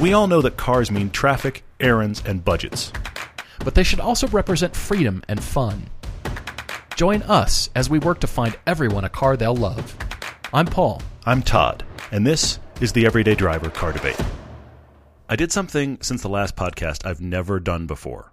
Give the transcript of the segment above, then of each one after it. We all know that cars mean traffic, errands, and budgets. but they should also represent freedom and fun. Join us as we work to find everyone a car they'll love. I'm Paul. I'm Todd, and this is the Everyday Driver Car Debate. I did something since the last podcast I've never done before.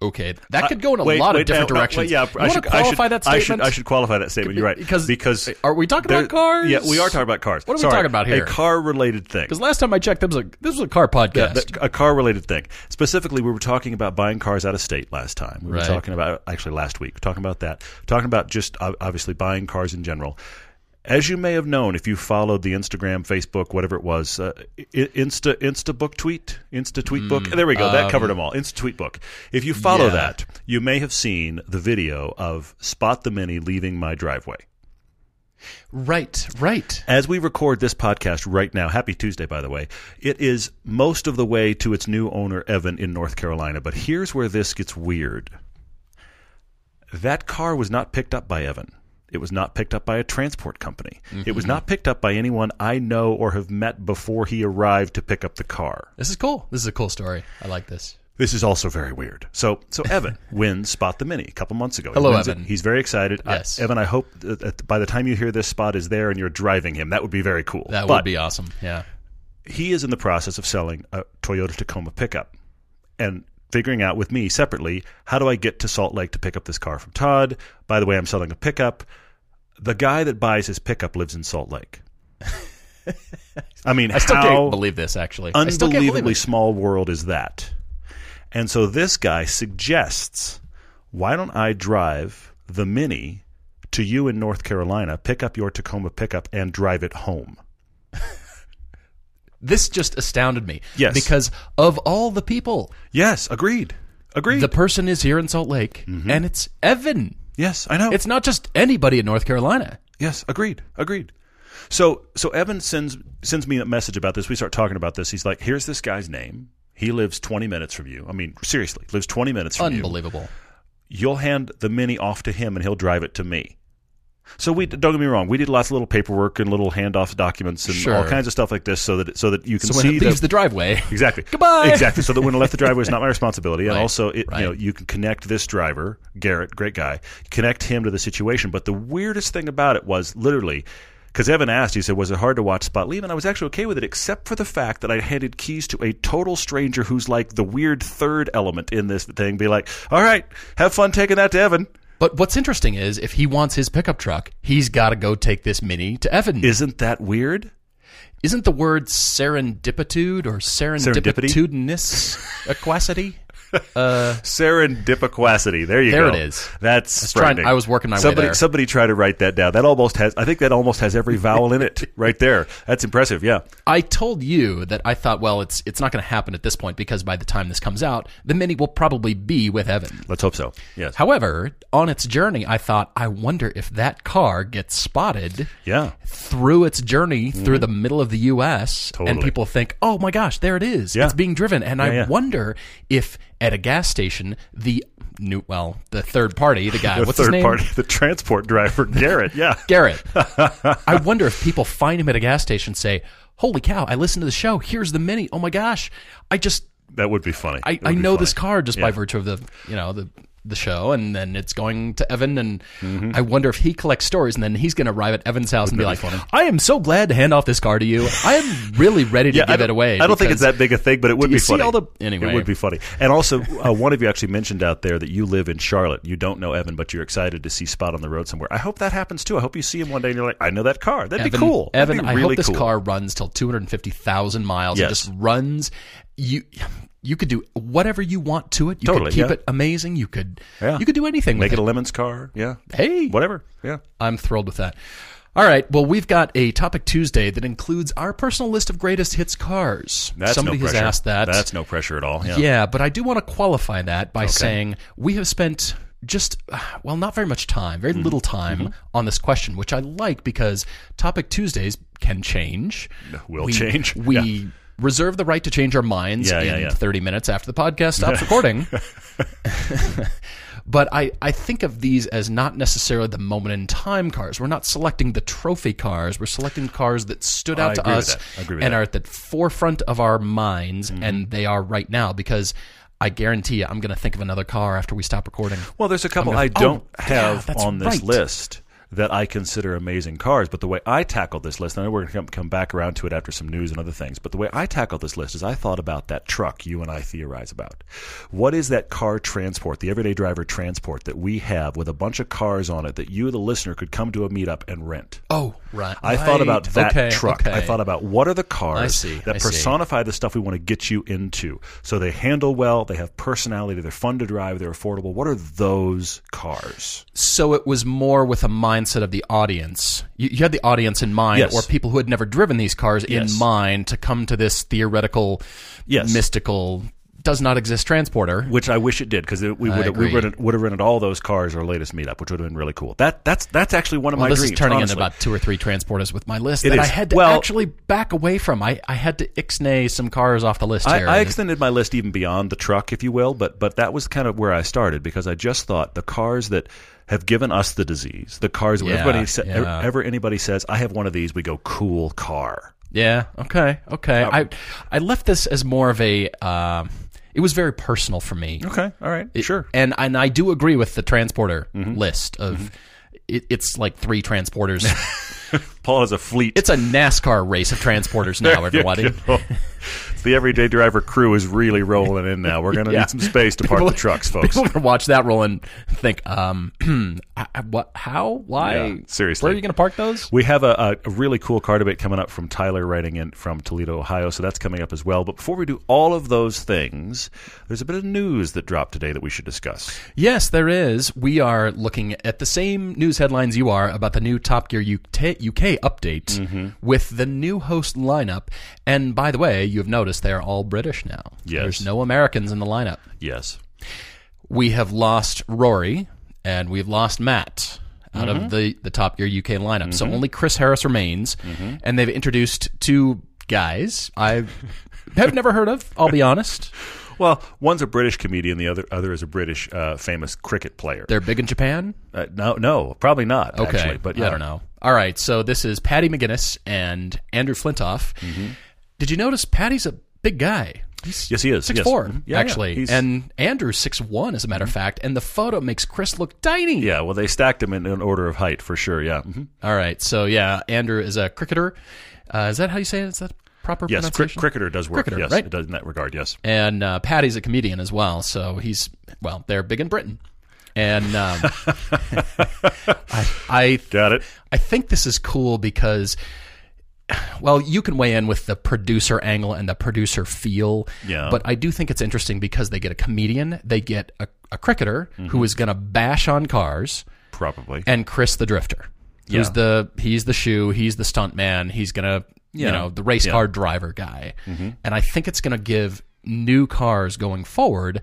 Okay, that could go in a Wait, lot wait, of different no, no, directions. wait, yeah, you I want should to qualify I should, that I statement? should, I should qualify that statement. You're right Because- because are we talking about cars? Yeah, we are talking about cars. What are we Sorry, talking about here? A car related thing. Because last time I checked, this was a this was a car podcast. Yeah, the- a car related thing. Specifically, we were talking about buying cars out of state last time. We were Right. talking about, actually, last week, talking about that. Talking about just ob- obviously buying cars in general. As you may have known, if you followed the Instagram, Facebook, whatever it was, uh, I- Insta Insta book tweet, Insta tweet book. There we go. that covered them all. Insta tweet book. If you follow Mm, um, yeah. that, you may have seen the video of Spot the Mini leaving my driveway. right, right. As we record this podcast right now, happy Tuesday, by the way, it is most of the way to its new owner, Evan, in North Carolina. But here's where this gets weird that car was not picked up by Evan. It was not picked up by a transport company. It Mm-hmm. was not picked up by anyone I know or have met before he arrived to pick up the car. This is cool. This is a cool story. I like this. This is also very weird. So, so Evan wins Spot the Mini a couple months ago. He Hello, wins it. Evan. He's very excited. I- Yes. Evan, I hope that that by the time you hear this, Spot is there and you're driving him. That would be very cool. That But- would be awesome. Yeah. he is in the process of selling a Toyota Tacoma pickup and figuring out with me separately how do I get to Salt Lake to pick up this car from Todd? By the way, I'm selling a pickup. The guy that buys his pickup lives in Salt Lake. I mean, I still how can't believe this. Actually, I still can't believe unbelievably it. small world is that? And so this guy suggests, why don't I drive the Mini to you in North Carolina, pick up your Tacoma pickup, and drive it home? This just astounded me. Yes. Because of all the people, Yes, agreed. Agreed. the person is here in Salt Lake, Mm-hmm. and it's Evan. yes, I know. It's not just anybody in North Carolina. Yes, agreed, agreed. So so Evan sends sends me a message about this. We start talking about this. He's like, "Here's this guy's name. He lives 20 minutes from you. I mean, seriously, lives 20 minutes from you. Unbelievable. You'll hand the mini off to him, and he'll drive it to me." So we don't get me wrong. We did lots of little paperwork and little handoffs, documents, and all Sure. kinds of stuff like this, so that so that you can So when see it leaves the, the driveway, exactly Goodbye. exactly. So that when I left the driveway, it's not my responsibility, and Right, also it, you know right. you can connect this driver, Garrett, great guy, connect him to the situation. But the weirdest thing about it was literally because Evan asked, he said, "Was it hard to watch Spot leave?" And I was actually okay with it, except for the fact that I handed keys to a total stranger who's like the weird third element in this thing. Be like, "All right, have fun taking that to Evan." But what's interesting is if he wants his pickup truck, he's got to go take this mini to Evan. Isn't that weird? Is, not the word serendipitude or Serendipity? serendipitudinous aquacity? Serendipiquacity. There you There go. it is. That's was trying- frightening. I was working my way somebody, there. Somebody try to write that down. That almost has. I think that almost has every vowel in it right there. That's impressive. Yeah. I told you that I thought, well, it's it's not going to happen at this point because by the time this comes out, the mini will probably be with Evan. Let's hope so. Yes. However, on its journey, I thought, I wonder if that car gets spotted yeah. through its journey through the middle of the U.S. and Mm-hmm. Totally. people think, "Oh my gosh, there it is! Yeah. It's being driven." And I yeah. wonder if at a gas station the new, well, the third party, the guy, The what's third his name, party, the transport driver, Garrett. Yeah. Garrett. I wonder if people find him at a gas station, and say, "Holy cow! I listened to the show. Here's the mini. Oh my gosh! I just That would be funny. I, That would I be know funny. this car just by virtue of the you know the the show and then it's going to Evan and Mm-hmm. I wonder if he collects stories and then he's going to arrive at Evan's house and be like, "I am so glad to hand off this car to you. I am really ready to Yeah, I give it don't- away." I don't think it's because- that big a thing, but it would you be see funny. all the- Anyway. It would be funny. And also, uh, one of you actually mentioned out there that you live in Charlotte. You don't know Evan, but you're excited to see Spot on the road somewhere. I hope that happens too. I hope you see him one day and you're like, I know that car. That'd Evan, be cool. That'd Evan, be I really hope this cool. car runs till 250,000 miles. It Yes. just runs. You you could do whatever you want to it. You Totally, could keep yeah. it amazing. You could Yeah. you could do anything Make with it it. a lemons car. Yeah. Hey, Whatever. Yeah. I'm thrilled with that. All right, well, we've got a topic Tuesday that includes our personal list of greatest hits cars. That's Somebody no has pressure. asked that. That's no pressure at all. Yeah. yeah, but I do want to qualify that by saying we have spent just uh, well not very much time Mm-hmm. very little time on this question which i like because topic tuesdays can change Will we, change. we Yeah. reserve the right to change our minds Yeah, in yeah, yeah. 30 minutes after the podcast stops recording But I, I think of these as not necessarily the moment in time cars. We're not selecting the trophy cars. We're selecting cars that stood out I to agree with us that. I agree with and that. Mm-hmm. are at the forefront of our minds, and they are right now because I guarantee you, I'm going to think of another car after we stop recording. Well, there's a couple I oh, don't yeah, have that's on this right. list that I consider amazing cars, but the way I tackled this list, and I know we're going to come back around to it after some news and other things, but the way I tackled this list is I thought about that truck you and I theorize about. What is that car transport, the everyday driver transport that we have with a bunch of cars on it that you, the listener, could come to a meetup and rent? Oh, right. I thought about Right. that Okay, truck. I okay. thought about what are the cars I see, that I see. personify the stuff we want to get you into. So they handle well, they have personality, they're fun to drive, they're affordable. What are those cars? so it was more with a mindset of the audience. You, you had the audience in mind, Yes. or people who had never driven these cars Yes. in mind to come to this theoretical, Yes. mystical, does not exist transporter. Which I wish it did because we would have, we agree. would have, would have rented all those cars our latest meetup, which would have been really cool. That that's that's actually one of my Well, this dreams. is turning honestly. into about two or three transporters with my list It that is. I had to Well- actually back away from. I, I had to ixnay some cars off the list I, here. I extended my list even beyond the truck, if you will, but but that was kind of where I started because I just thought the cars that have given us the disease, the cars that Yeah, everybody sa- yeah. ever, ever anybody says, I have one of these, we go cool car. Yeah. Okay. Okay. I I left this as more of a. Um, it was very personal for me. Okay, all right, It- And and I do agree with the transporter Mm-hmm. list of. It, it's like three transporters. Paul has a fleet. it's a NASCAR race of transporters now, everybody. the everyday driver crew is really rolling in now. We're gonna Yeah. need some space to park the trucks, folks. People can watch that roll and think, um, I, I- what, how, why, Yeah, seriously. where are you going to park those? We have a, a really cool car debate coming up from Tyler writing in from Toledo, Ohio, so that's coming up as well. But before we do all of those things, there's a bit of news that dropped today that we should discuss. Yes, there is. We are looking at the same news headlines you are about the new Top Gear UK, UK update with the new host lineup. And by the way, you've noticed they're all British now. Yes. There's no Americans in the lineup. Yes. We have lost Rory and we've lost Matt out of the, the Top Gear UK lineup. So only Chris Harris remains. And they've introduced two guys I have never heard of, I'll be honest. Well, one's a British comedian, the other other is a British uh, famous cricket player. They're big in Japan. Uh, no, no, probably not. Okay, actually, but yeah. I don't know. All right, so this is Patty McGinnis and Andrew Flintoff. Did you notice Patty's a big guy? He's Mm-hmm. Yes, he is. six Yes. four, Mhm. Yeah, yeah. actually, He's- Mm-hmm. and Andrew's six one, as a matter of fact. And the photo makes Chris look tiny. Yeah, well, they stacked him in an order of height for sure. Yeah. Mhm. All right, so yeah, Andrew is a cricketer. Uh, is that how you say it? Is that proper Yes, cri- pronunciation? cricketer does work. Cricketer, yes, right? it does in that regard. Yes. and uh, Patty's a comedian as well, so he's well, they're big in Britain. And um, I, I Got it. I think this is cool because, well, you can weigh in with the producer angle and the producer feel. Yeah. But I do think it's interesting because they get a comedian, they get a, a cricketer who is going to bash on cars, Probably. and Chris the drifter. Who's Yeah. the he's the shoe, he's the stunt man, he's gonna Yeah. you know, the race Yeah. Mm-hmm. car driver guy. And I think it's gonna give new cars going forward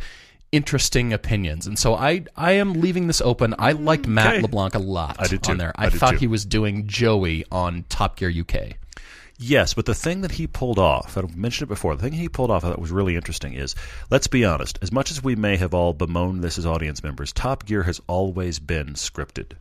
interesting opinions. And so I I am leaving this open. I liked Matt Okay. LeBlanc a lot I did too. on there. I, I did thought too. he was doing Joey on Top Gear UK. Yes, but the thing that he pulled off, I've mentioned it before, the thing he pulled off that was really interesting is, let's be honest, as much as we may have all bemoaned this as audience members, Top Gear has always been scripted.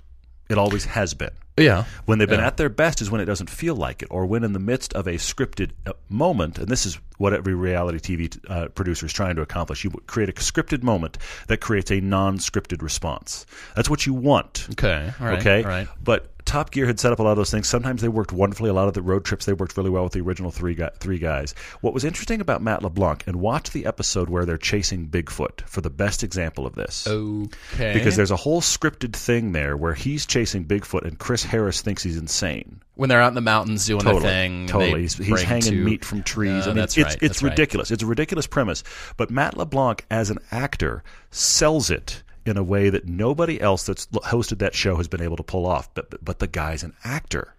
It always has been. Yeah. When they've been at their best is when it doesn't feel like it, or when in the midst of a scripted uh, moment, and this is what every reality TV t- uh, producer is trying to accomplish, you create a scripted moment that creates a non scripted response. That's what you want. Okay. All right. Okay. All right. But Top Gear had set up a lot of those things. Sometimes they worked wonderfully. A lot of the road trips they worked really well with the original three gu- three guys. What was interesting about Matt LeBlanc and watch the episode where they're chasing Bigfoot for the best example of this. Okay. Because there's a whole scripted thing there where he's chasing Bigfoot and Chris Harris thinks he's insane. when they're out in the mountains doing Totally, their thing, they totally. He's, he's bring hanging to- meat from trees. No, I mean, that's it's right, it's that's right. ridiculous. It's a ridiculous premise. But Matt LeBlanc, as an actor, sells it in a way that nobody else that's l- hosted that show has been able to pull off. But but, but the guy's an actor.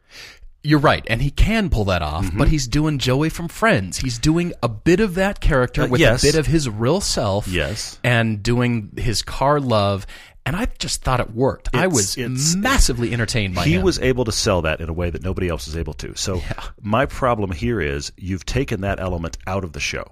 You're right, and he can pull that off, Mm-hmm. but he's doing Joey from Friends. He's doing a bit of that character Uh, with yes. a bit of his real self, Yes. and doing his car love. And I just thought it worked. I It's- was it's- massively entertained by He him. was able to sell that in a way that nobody else is able to. So my problem here is you've taken that element out of the show.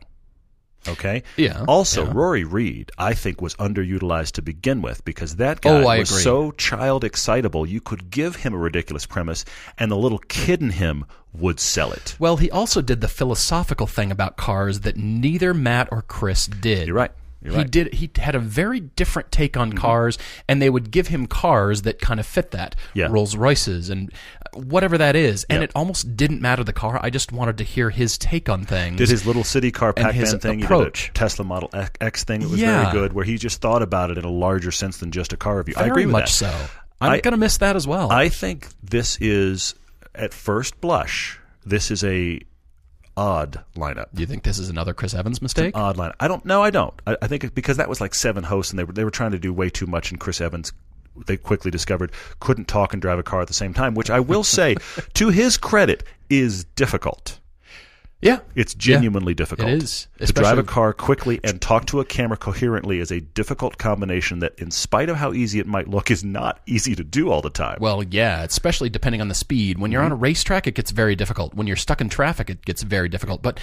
Okay. Yeah, Also, yeah. Rory Reed, I think, was underutilized to begin with because that guy Oh, I was agree. so child excitable. You could give him a ridiculous premise, and the little kid in him would sell it. Well, he also did the philosophical thing about cars that neither Matt or Chris did. You're right. You're he right. Mm-hmm. did. He had a very different take on cars, and they would give him cars that kind of fit that Yeah. Rolls Royces and uh, whatever that is. And Yep. it almost didn't matter the car. I just wanted to hear his take on things. Did his little city car And Pac his Man thing? He approach. did a Tesla Model X- X thing that was Yeah. very good, where he just thought about it in a larger sense than just a car review. very I agree with much that. so. I'm I- gonna miss that as well. I think this is, at first blush, this is a odd lineup. Do you think this is another Chris Evans mistake? Odd line. I don't. No, I don't. I, I think it, because that was like seven hosts, and they were they were trying to do way too much, and Chris Evans. They quickly discovered couldn't talk and drive a car at the same time, which I will say, to his credit, is difficult. yeah, It's genuinely difficult. It is, To drive a especially- car quickly and talk to a camera coherently is a difficult combination that, in spite of how easy it might look, is not easy to do all the time. Well, yeah, especially depending on the speed. When you're on a Mm-hmm. racetrack, it gets very difficult. When you're stuck in traffic, it gets very difficult. But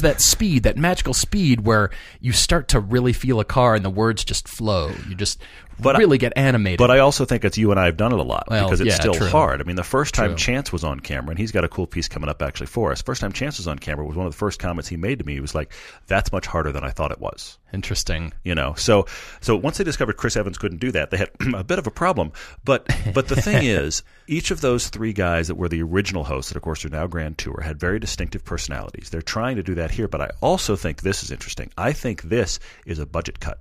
that speed, that magical speed where you start to really feel a car and the words just flow. You just But I- really get animated. But I also think it's you and I have done it a lot Well, because it's yeah, still true. hard. I mean, the first time Chance was on camera, and he's got a cool piece coming up actually for us. First time Chance was on camera was one of the first comments he made to me. He was like, "That's much harder than I thought it was." Interesting. You know, so so once they discovered Chris Evans couldn't do that, they had a bit of a problem. But but the thing is, each of those three guys that were the original hosts, that of course are now Grand Tour, had very distinctive personalities. They're trying to do that here, but I also think this is interesting. I think this is a budget cut.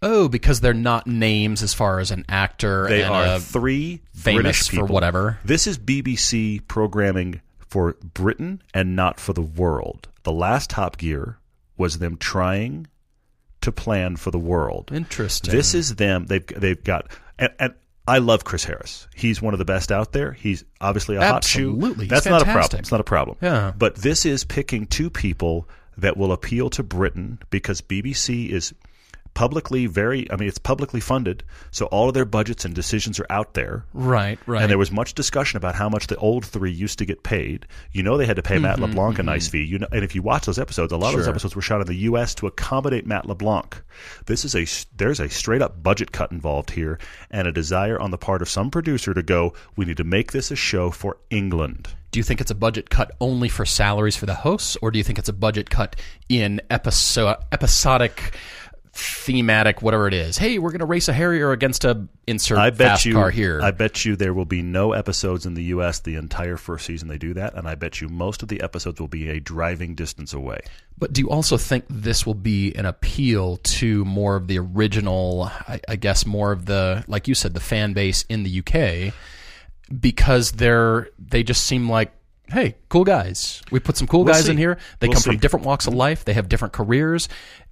Oh, because they're not names as far as an actor. They and are a- three famous British for people. whatever. This is BBC programming for Britain and not for the world. The last Top Gear was them trying to plan for the world. interesting. This is them. They've they've got and. and I love Chris Harris. He's one of the best out there. He's obviously a hot shoe. Absolutely. He's That's not a problem. fantastic. It's not a problem. Yeah. But this is picking two people that will appeal to Britain because BBC is publicly very I mean it's publicly funded, so all of their budgets and decisions are out there. right, right. And there was much discussion about how much the old three used to get paid. You know, they had to pay Matt LeBlanc a nice fee. You know, and if you watch those episodes, a lot of those Mm-hmm. Sure. episodes were shot in the U.S. to accommodate Matt LeBlanc. This is a s- there's a straight up budget cut involved here, and a desire on the part of some producer to go, we need to make this a show for England. do you think it's a budget cut only for salaries for the hosts, or do you think it's a budget cut in episode episodic, thematic, whatever it is? Hey, we're going to race a Harrier against a insert I bet fast you car here. I bet you there will be no episodes in the U.S. the entire first season they do that, and I bet you most of the episodes will be a driving distance away. but do you also think this will be an appeal to more of the original? I, I guess more of the like you said, the fan base in the UK, because they're they just seem like. Hey, cool guys. We put some cool guys in see. here. They We'll come see. from different walks of life. They have different careers.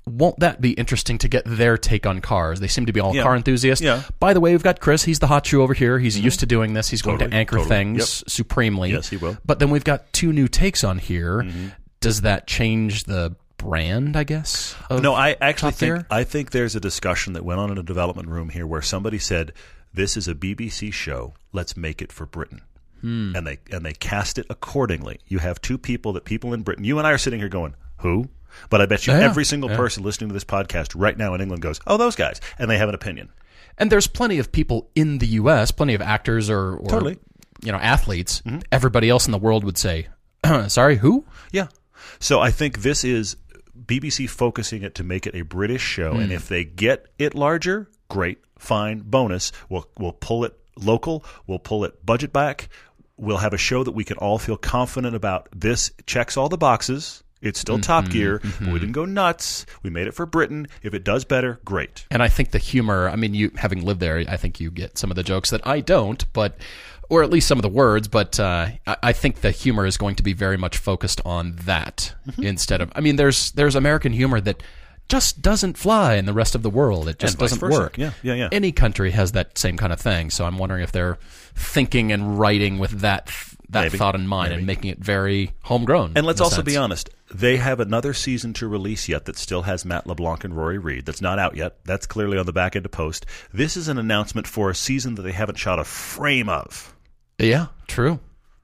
Won't that be interesting to get their take on cars? They seem to be all car enthusiasts. Yeah. Mm-hmm. By the way, we've got Chris. He's the hot shoe over here. He's used to doing this. He's going to Totally, anchor totally. things supremely. Yes, he will. But then we've got two new takes on here. Mm-hmm. Does that change the brand? I guess. of- No, I actually Top think Gear? I think there's a discussion that went on in a development room here where somebody said, "This is a BBC show. Let's make it for Britain." Hmm. And they and they cast it accordingly. You have two people that people in Britain. You and I are sitting here going, "Who?" But I bet you Yeah, every single person listening to this podcast right now in England goes, "Oh, those guys," and they have an opinion. And there's plenty of people in the U.S. Plenty of actors or, or Totally. Mm-hmm. you know athletes. Everybody else in the world would say, "Sorry, who?" Yeah. So I think this is BBC focusing it to make it a British show, and if they get it larger, great, fine, bonus. We'll we'll pull it local. We'll pull it budget back. We'll have a show that we can all feel confident about. This checks all the boxes. It's still Top Gear, but we didn't go nuts. We made it for Britain. If it does better, great. And I think the humor, I mean, you having lived there, I think you get some of the jokes that I don't, but, or at least some of the words, but uh, I, I think the humor is going to be very much focused on that Mm-hmm. instead of, I mean, there's, there's American humor that just doesn't fly in the rest of the world. It just And vice doesn't versa. work. Yeah, yeah, yeah. Any country has that same kind of thing. So I'm wondering if they're thinking and writing with that, that Maybe. thought in mind and making it very homegrown. And let's in a also sense. be honest, they have another season to release yet that still has Matt LeBlanc and Rory Reed. That's not out yet. That's clearly on the back end of post. This is an announcement for a season that they haven't shot a frame of. Yeah, true.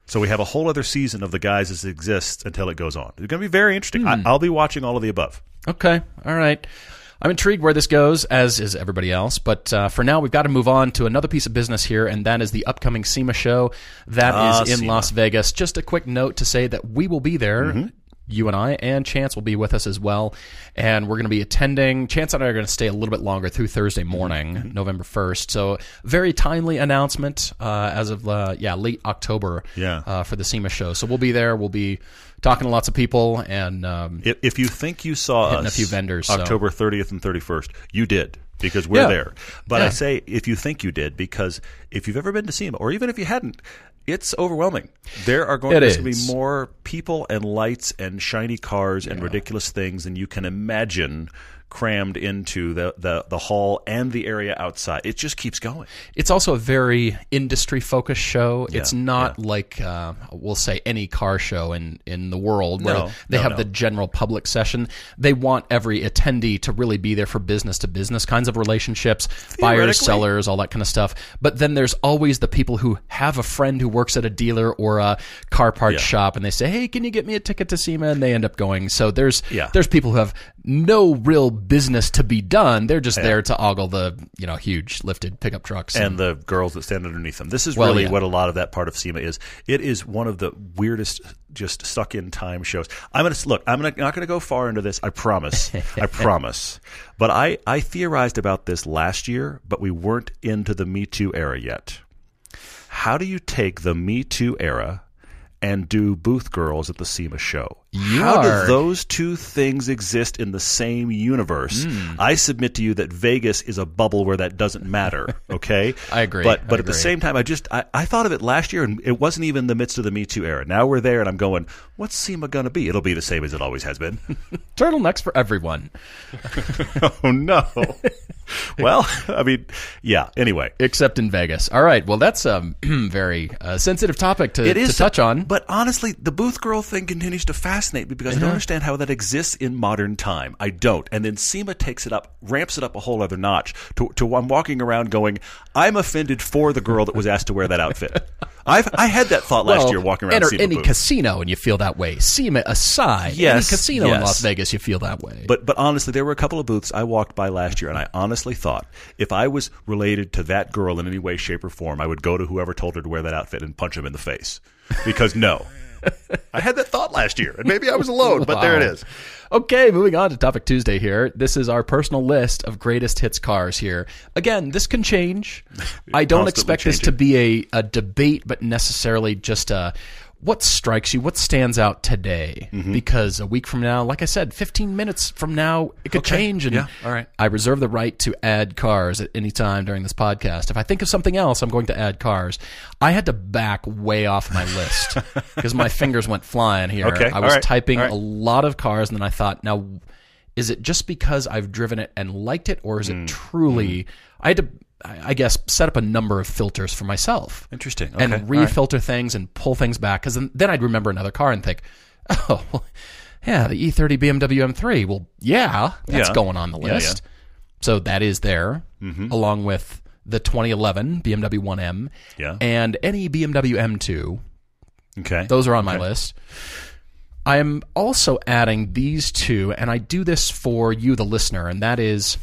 So we have a whole other season of the guys as it exists until it goes on. It's going to be very interesting. I, I'll be watching all of the above. Okay. All right. I'm intrigued where this goes, as is everybody else. But uh, for now, we've got to move on to another piece of business here, and that is the upcoming SEMA show that is Ah, in SEMA. Mm-hmm. Las Vegas. Just a quick note to say that we will be there. You and I and Chance will be with us as well, and we're going to be attending. Chance and I are going to stay a little bit longer through Thursday morning, Mm-hmm. November first. So very timely announcement uh, as of uh, yeah late October Yeah. uh, for the SEMA show. So we'll be there. We'll be talking to lots of people and um, If, if you think you saw Hitting a us few vendors, so. October 30th and 31st, you did because we're Yeah. there. But Yeah. I say if you think you did because if you've ever been to SEMA or even if you hadn't, it's overwhelming. There are going It there's gonna is. be more people and lights and shiny cars and ridiculous things than you can imagine crammed into the, the, the hall and the area outside. It just keeps going. it's also a very industry focused show. it's not like uh, we'll say any car show in in the world where No, they no, have no. the general public session. They want every attendee to really be there for business to business kinds of relationships, buyers, Theoretically. sellers, all that kind of stuff. But then there's always the people who have a friend who works at a dealer or a car parts shop, and they say, "Hey, can you get me a ticket to SEMA?" And they end up going. So there's Yeah. there's people who have no real business to be done. They're just there to ogle the you know huge lifted pickup trucks and the girls that stand underneath them. This is Well, really yeah. what a lot of that part of SEMA is. It is one of the weirdest, just stuck in time shows. I'm gonna look. I'm gonna, not gonna go far into this. I promise. I promise. But I I theorized about this last year, but we weren't into the Me Too era yet. How do you take the Me Too era? And do booth girls at the SEMA show? You How are- do those two things exist in the same universe? Hmm. I submit to you that Vegas is a bubble where that doesn't matter. Okay, I agree. But but I at the agree. same time, I just I, I thought of it last year, and it wasn't even the midst of the Me Too era. Now we're there, and I'm going, what's SEMA gonna be? It'll be the same as it always has been. turtlenecks for everyone. oh no. well, I mean, yeah. Anyway, Except in Vegas. All right. Well, that's a very uh, sensitive topic to, it is to touch on. But honestly, the booth girl thing continues to fascinate me because I don't Uh-huh. understand how that exists in modern time. I don't. And then SEMA takes it up, ramps it up a whole other notch. To, to I'm walking around going, I'm offended for the girl that was asked to wear that outfit. I've I had that thought last Well, year walking around enter SEMA any booth. casino and you feel that way. SEMA aside, Yes, any casino in yes. Las Vegas, you feel that way. But but honestly, there were a couple of booths I walked by last year, and I honestly thought if I was related to that girl in any way, shape, or form, I would go to whoever told her to wear that outfit and punch him in the face. Because no, I had that thought last year, and maybe I was alone. But there it Wow. is. Okay, moving on to Topic Tuesday here. This is our personal list of greatest hits cars here. Again, this can change. I don't Constantly expect this to be a, a debate, but necessarily just a what strikes you, what stands out today. Mm-hmm. Because a week from now, like I said, 15 minutes from now, it could change. And Yeah, all right. I reserve the right to add cars at any time during this podcast. If I think of something else, I'm going to add cars. I had to back way off my list because my fingers went flying here. Okay, I was all right, typing all right. a lot of cars, and then I thought, now, is it just because I've driven it and liked it, or is Mm. it truly? I had to, I I guess, set up a number of filters for myself Interesting. and refilter things and pull things back because then, then I'd remember another car and think, oh, well, yeah, the E E30 BMW M3. Well, yeah, that's Yeah. Mm-hmm. going on the list. So that is there, along with the 2011 BMW 1M Yeah. and any BMW M2. Okay. Those are on my list. I am also adding these two, and I do this for you, the listener, and that is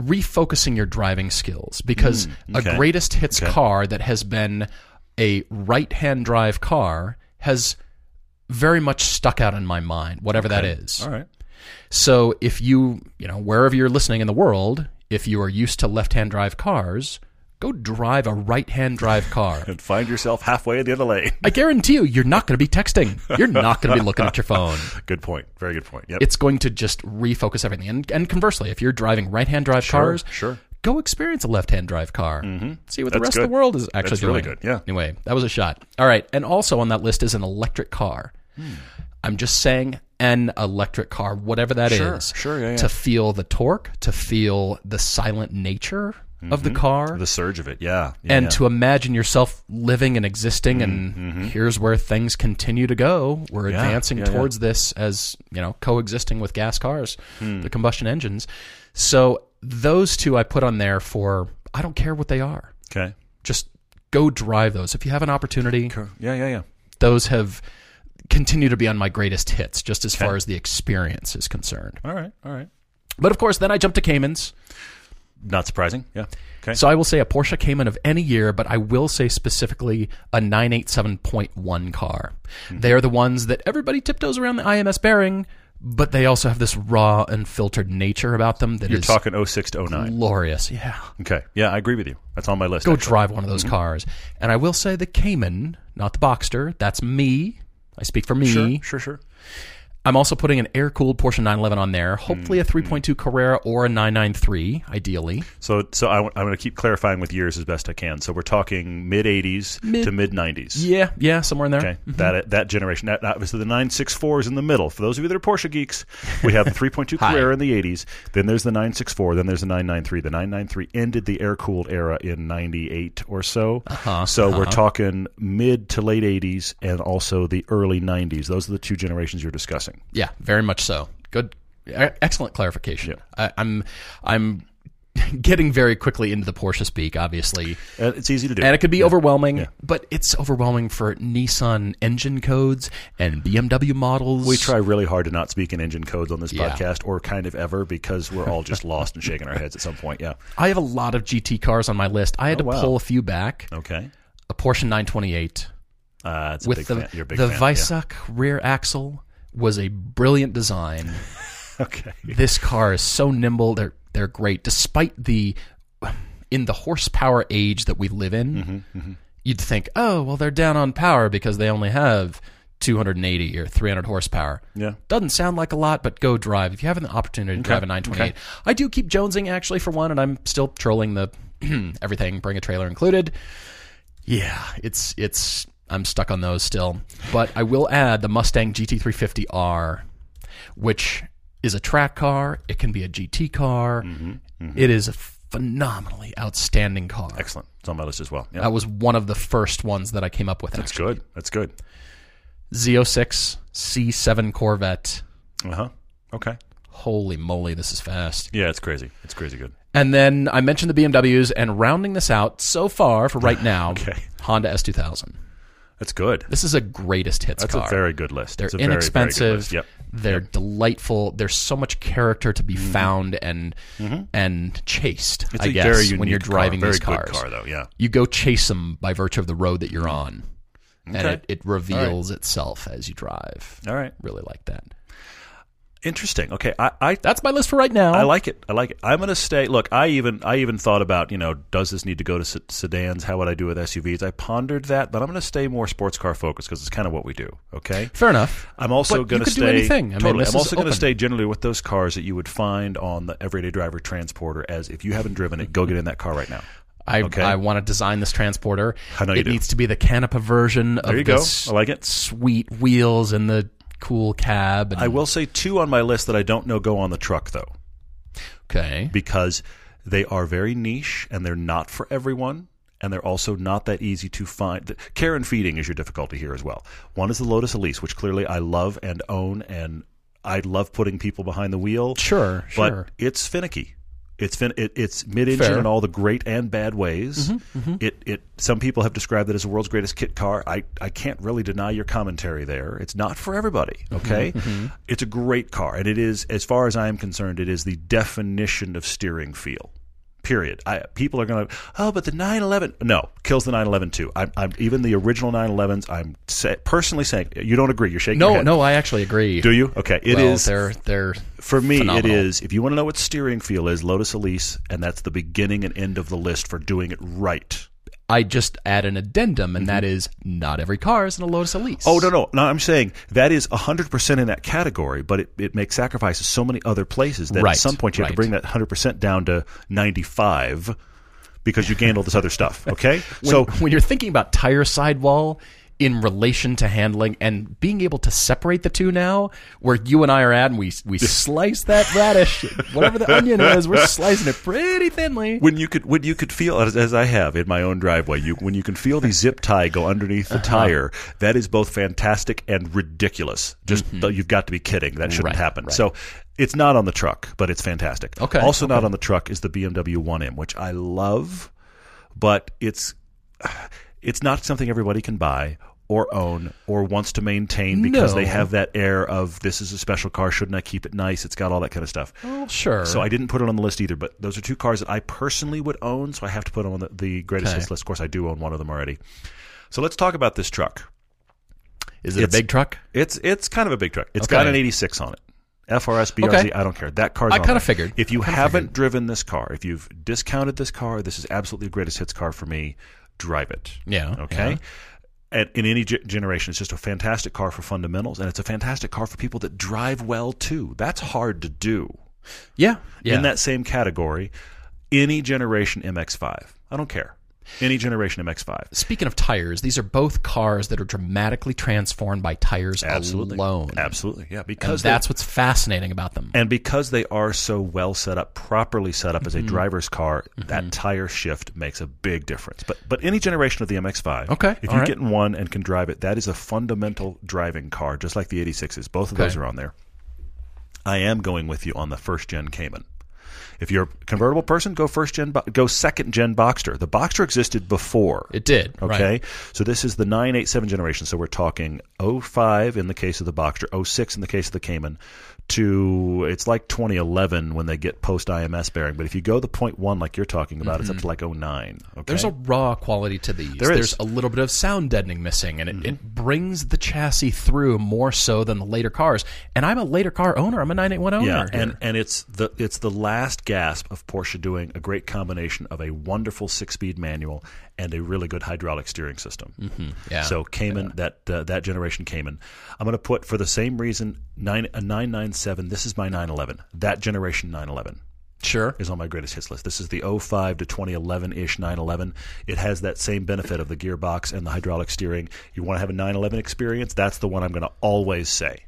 refocusing your driving skills because Mm, okay. a greatest hits car that has been a right hand drive car has very much stuck out in my mind, whatever that is. All right. So if you, you know, wherever you're listening in the world, if you are used to left hand drive cars, go drive a right hand drive car. And find yourself halfway in the other lane. I guarantee you, you're not going to be texting. You're not going to be looking at your phone. Good point. Very good point. Yep. It's going to just refocus everything. And, and conversely, if you're driving right hand drive cars, sure. go experience a left hand drive car. Mm-hmm. See what the That's rest of good. the world is actually That's doing. really good, yeah. Anyway, that was a shot. All right. And also on that list is an electric car. Hmm. I'm just saying an electric car, whatever that is, Sure, sure, yeah, yeah. to feel the torque, to feel the silent nature of the Mm-hmm. car the surge of it. Yeah. Yeah, and yeah. to imagine yourself living and existing and here's where things continue to go we're advancing yeah, yeah. towards this as you know coexisting with gas cars Hmm. the combustion engines so those two i put on there for i don't care what they are okay. just go drive those if you have an opportunity. Yeah, yeah, yeah. Those have continue to be on my greatest hits, just as far as the experience is concerned. All right, all right. But of course, then I jumped to Caymans. Not surprising. Yeah. Okay. So I will say a Porsche Cayman of any year, but I will say specifically a 987.1 car. Mm-hmm. They are the ones that everybody tiptoes around the IMS bearing, but they also have this raw and filtered nature about them that is You're talking 06 to 09. glorious. Yeah. Okay. Yeah, I agree with you. That's on my list. Mm-hmm. Go actually. drive one of those Mm-hmm. cars. And I will say the Cayman, not the Boxster, that's me. I speak for me. Sure, sure, sure. I'm also putting an air cooled Porsche 911 on there, hopefully Mm-hmm. a 3.2 Carrera or a 993, ideally. So, so I, am going to keep clarifying with years as best I can. So we're talking mid 80s to mid 90s. Yeah, yeah, somewhere in there. Okay, that that generation. That, obviously, the 964 is in the middle. For those of you that are Porsche geeks, we have the 3.2 Carrera in the 80s. Then there's the 964. Then there's the 993. The 993 ended the air cooled era in 98 or so. So we're talking mid to late 80s and also the early 90s. Those are the two generations you're discussing. Yeah, very much so. Good, e- excellent clarification. I, I'm, I'm getting very quickly into the Porsche speak, obviously, And it's easy to do. and it could be overwhelming. But it's overwhelming for Nissan engine codes and BMW models. we try really hard to not speak in engine codes on this Yeah. podcast or kind of ever because we're all just lost and shaking our heads at some point. Yeah. I have a lot of GT cars on my list. I had to wow. pull a few back. Okay. A Porsche 928 Uh, it's a big with the fan. You're a big the fan. Visuck rear axle was a brilliant design. Yeah. Okay. this car is so nimble. They're they're great, despite the in the horsepower age that we live in. You'd think, oh well, they're down on power because they only have 280 or 300 horsepower. Yeah. Doesn't sound like a lot, but go drive if you have an opportunity to drive a 928. I do keep jonesing actually for one, and I'm still trolling the everything, bring a trailer included. Yeah, it's it's I'm stuck on those still, but I will add the Mustang GT350R, which is a track car. It can be a GT car. It is a phenomenally outstanding car. Excellent. It's on my list as well. Yeah. That was one of the first ones that I came up with. That's good. That's good. Z06 C7 Corvette. Uh huh. Okay. Holy moly, this is fast. Yeah, it's crazy. It's crazy good. And then I mentioned the BMWs, and rounding this out so far for right now, Okay. Honda S2000. That's good. This is a greatest hits That's car. a very good list. they're it's a very, very good inexpensive. list. Yep. Mm-hmm. They're delightful. There's so much character to be found and and chased. It's I a guess very unique when you're driving car. these very cars, good car though. Yeah. you go chase them by virtue of the road that you're on, and Okay. it, it reveals itself as you drive. All right. Really like that. Interesting. Okay. I, I That's my list for right now. I like it. I like it. I'm going to stay. Look, I even I even thought about you know does this need to go to se- sedans? How would I do with SUVs? I pondered that, but I'm going to stay more sports car focused because it's kind of what we do. Okay. Fair enough. I'm also But going you to could do stay. anything. I mean, totally. this I'm is also going to open. stay generally with those cars that you would find on the everyday driver transporter. As if you haven't driven it, go get in that car right now. I, Okay. I want to design this transporter. I know you it do. needs to be the canapa version There of you go. this I like it. sweet wheels and the cool cab. And, I will say two on my list that I don't know go on the truck though, Okay. because they are very niche and they're not for everyone. And they're also not that easy to find. The- Care and feeding is your difficulty here as well. One is the Lotus Elise, which clearly I love and own, and I love putting people behind the wheel. Sure, but sure. it's finicky. It's fin- it, it's mid-engine Fair. in all the great and bad ways. Mm-hmm, It it some people have described it as the world's greatest kit car. I I can't really deny your commentary there. It's not for everybody. Mm-hmm, Okay, it's a great car, and it is as far as I am concerned, it is the definition of steering feel. Period. I, people are going to oh, but the 911 no kills the 911 too. I'm, I'm even the original 911s. I'm sa- personally saying you don't agree. You're shaking your No, head. no, I actually agree. Do you? Okay, It is well, They're, they're, for me, Phenomenal. it is. If you want to know what steering feel is, Lotus Elise, and that's the beginning and end of the list for doing it right. I just add an addendum, and that is not every car is in a Lotus Elise. Mm-hmm. Oh no, no, no! I'm saying that is 100 percent in that category, but it, it makes sacrifices so many other places that Right, at some point you have right. to bring that 100 percent down to 95 because you gained all this other stuff. Okay, so when you're thinking about tire sidewall in relation to handling and being able to separate the two now, where you and I are at, and we we slice that radish, whatever the onion is, we're slicing it pretty thinly. when you could when you could feel as, as I have in my own driveway, you when you can feel the zip tie go underneath Uh-huh. the tire, that is both fantastic and ridiculous. Just th- you've got to be kidding. That shouldn't Mm-hmm. Right, happen. So it's not on the truck, but it's fantastic. Okay, Also not on the truck is the BMW 1M, which I love, but it's it's not something everybody can buy or own or wants to maintain because No. they have that air of this is a special car. Shouldn't I keep it nice? It's got all that kind of stuff. Well, sure. So I didn't put it on the list either. But those are two cars that I personally would own, so I have to put on the, the greatest Okay. hits list. Of course, I do own one of them already. So let's talk about this truck. is it a it's- big truck? It's it's kind of a big truck. It's got Okay. an 86 on it. FRS BRZ, Okay. I don't care. That car's I on kinda there. figured. If you haven't driven this car, if you've discounted this car, this is absolutely the greatest hits car for me. Drive it. Yeah. Okay. yeah. At, in any ge- generation, it's just a fantastic car for fundamentals, and it's a fantastic car for people that drive well too. That's hard to do. Yeah. Yeah. In that same category, any generation MX5. I don't care. Any generation MX5. Speaking of tires, these are both cars that are dramatically transformed by tires Absolutely. alone. Absolutely. Yeah. And Because they- that's what's fascinating about them. and because they are so well set up, properly set up as Mm-hmm. a driver's car, that tire shift makes a big difference. But but any generation of the MX5, Okay, if all you right. get in one and can drive it, that is a fundamental driving car, just like the 86s. Both of those are on there. I am going with you on the first gen Cayman. If you're a convertible person, go first gen, Bo- go second gen Boxster. The Boxster existed before. It did. right. Okay. So this is the 987 generation. So we're talking 05 in the case of the Boxster, 06 in the case of the Cayman, to it's like 2011 when they get post IMS bearing. But if you go the point one like you're talking about, it's up to like 09. Okay. Mm-hmm. There's a raw quality to these. There is. Mm-hmm. There's a little bit of sound deadening missing, and it, it brings the chassis through more so than the later cars. And I'm a later car owner. I'm a 981 owner. yeah, here. and, and it's the it's the last gasp of Porsche doing a great combination of a wonderful six speed manual and a really good hydraulic steering system. Mm-hmm. yeah. So Cayman, that uh, that generation Cayman. I'm going to put for the same reason nine a 997. This is my 911. That generation 911 sure. is on my greatest hits list. This is the 05 to 2011 ish 911. It has that same benefit of the gearbox and the hydraulic steering. You want to have a 911 experience? That's the one I'm going to always say.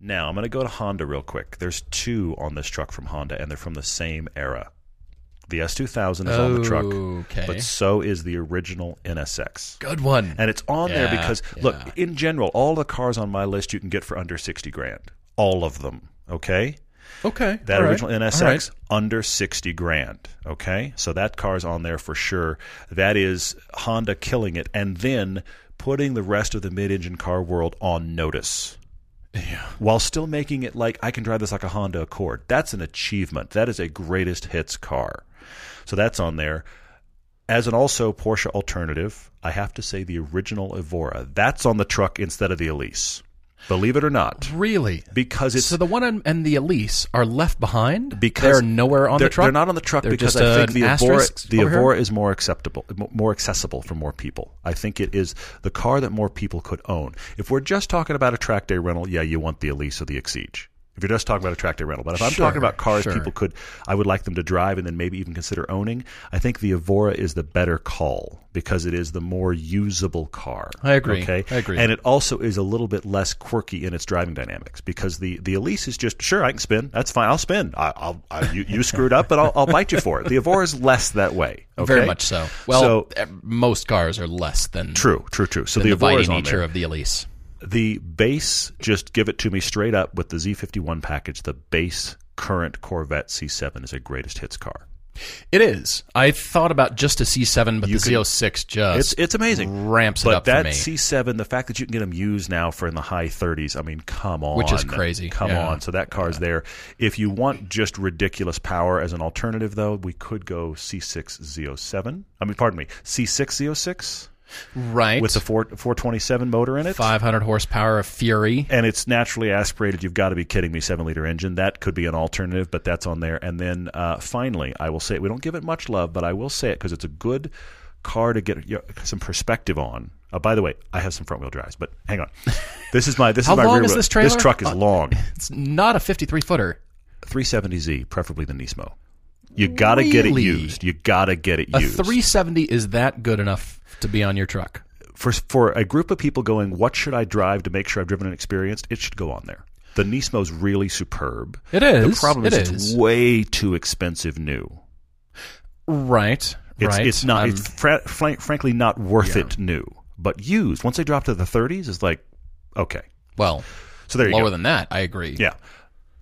Now I'm going to go to Honda real quick. There's two on this truck from Honda, and they're from the same era. The S2000 is on the truck, Okay. but so is the original NSX. Good one. And it's on there Yeah, because yeah. look, in general, all the cars on my list you can get for under sixty grand. All of them. Okay? okay. That all right, original all NSX right. under sixty grand. Okay? So that car's on there for sure. That is Honda killing it and then putting the rest of the mid engine car world on notice. Yeah. While still making it like I can drive this like a Honda Accord. That's an achievement. That is a greatest hits car. So that's on there. As an also Porsche alternative, I have to say the original Evora. That's on the truck instead of the Elise. Believe it or not, Really? because it's so the one and, and the Elise are left behind Because they're nowhere on they're, the truck. they're not on the truck They're because just uh, I think an the Evora asterisk the over here? Evora is more acceptable, m- more accessible for more people. I think it is the car that more people could own. If we're just talking about a track day rental, yeah, you want the Elise or the Exige. If you're just talking about a track day rental, but if I'm Sure, talking about cars sure. people could, I would like them to drive and then maybe even consider owning. I think the Evora is the better call because it is the more usable car. I agree. Okay, I agree. And it also is a little bit less quirky in its driving dynamics because the the Elise is just sure I can spin. That's fine. I'll spin. I, I'll I, you, you screwed up, but I'll, I'll bite you for it. The Evora is less that way. Okay? Very much so. Well, So- eh, most cars are less than True, true, true. So the, the Evora is biting on nature there. of the Elise. The base, just give it to me straight up with the Z51 package. The base current Corvette C7 is a greatest hits car. It is. I thought about just a C7, but the Z06 just It's it's amazing. ramps it But up that for me. C7, the fact that you can get them used now for in the high 30s, I mean, come on. Which is crazy. Come Yeah. on. So that car's there. If you want just ridiculous power as an alternative, though, we could go C6 Z07. I mean, pardon me, C6 Z06 right. with the 4, 427 motor in it. 500 horsepower of Fury. And it's naturally aspirated. You've got to be kidding me. Seven liter engine. That could be an alternative, but that's on there. And then uh, finally, I will say it. We don't give it much love, but I will say it because it's a good car to get you know, some perspective on. Uh, by the way, I have some front wheel drives, but hang on. This is my this How is my long rear is wheel- this trailer? This truck is Uh, long. It's not a 53 footer. 370Z, preferably the Nismo. You gotta get it Really? used. You gotta get it A used. 370 is that good enough to be on your truck? for for a group of people going, what should I drive to make sure I've driven an experienced? It should go on there. The Nismo's really superb. It is. The problem is, It it's is. way too expensive new. Right. It's, right. Um, it's not. I'm- it's fra- frank, frankly not worth it new. But used, once they drop to the 30s, it's like okay. well, So there you lower go. than that. I agree. yeah.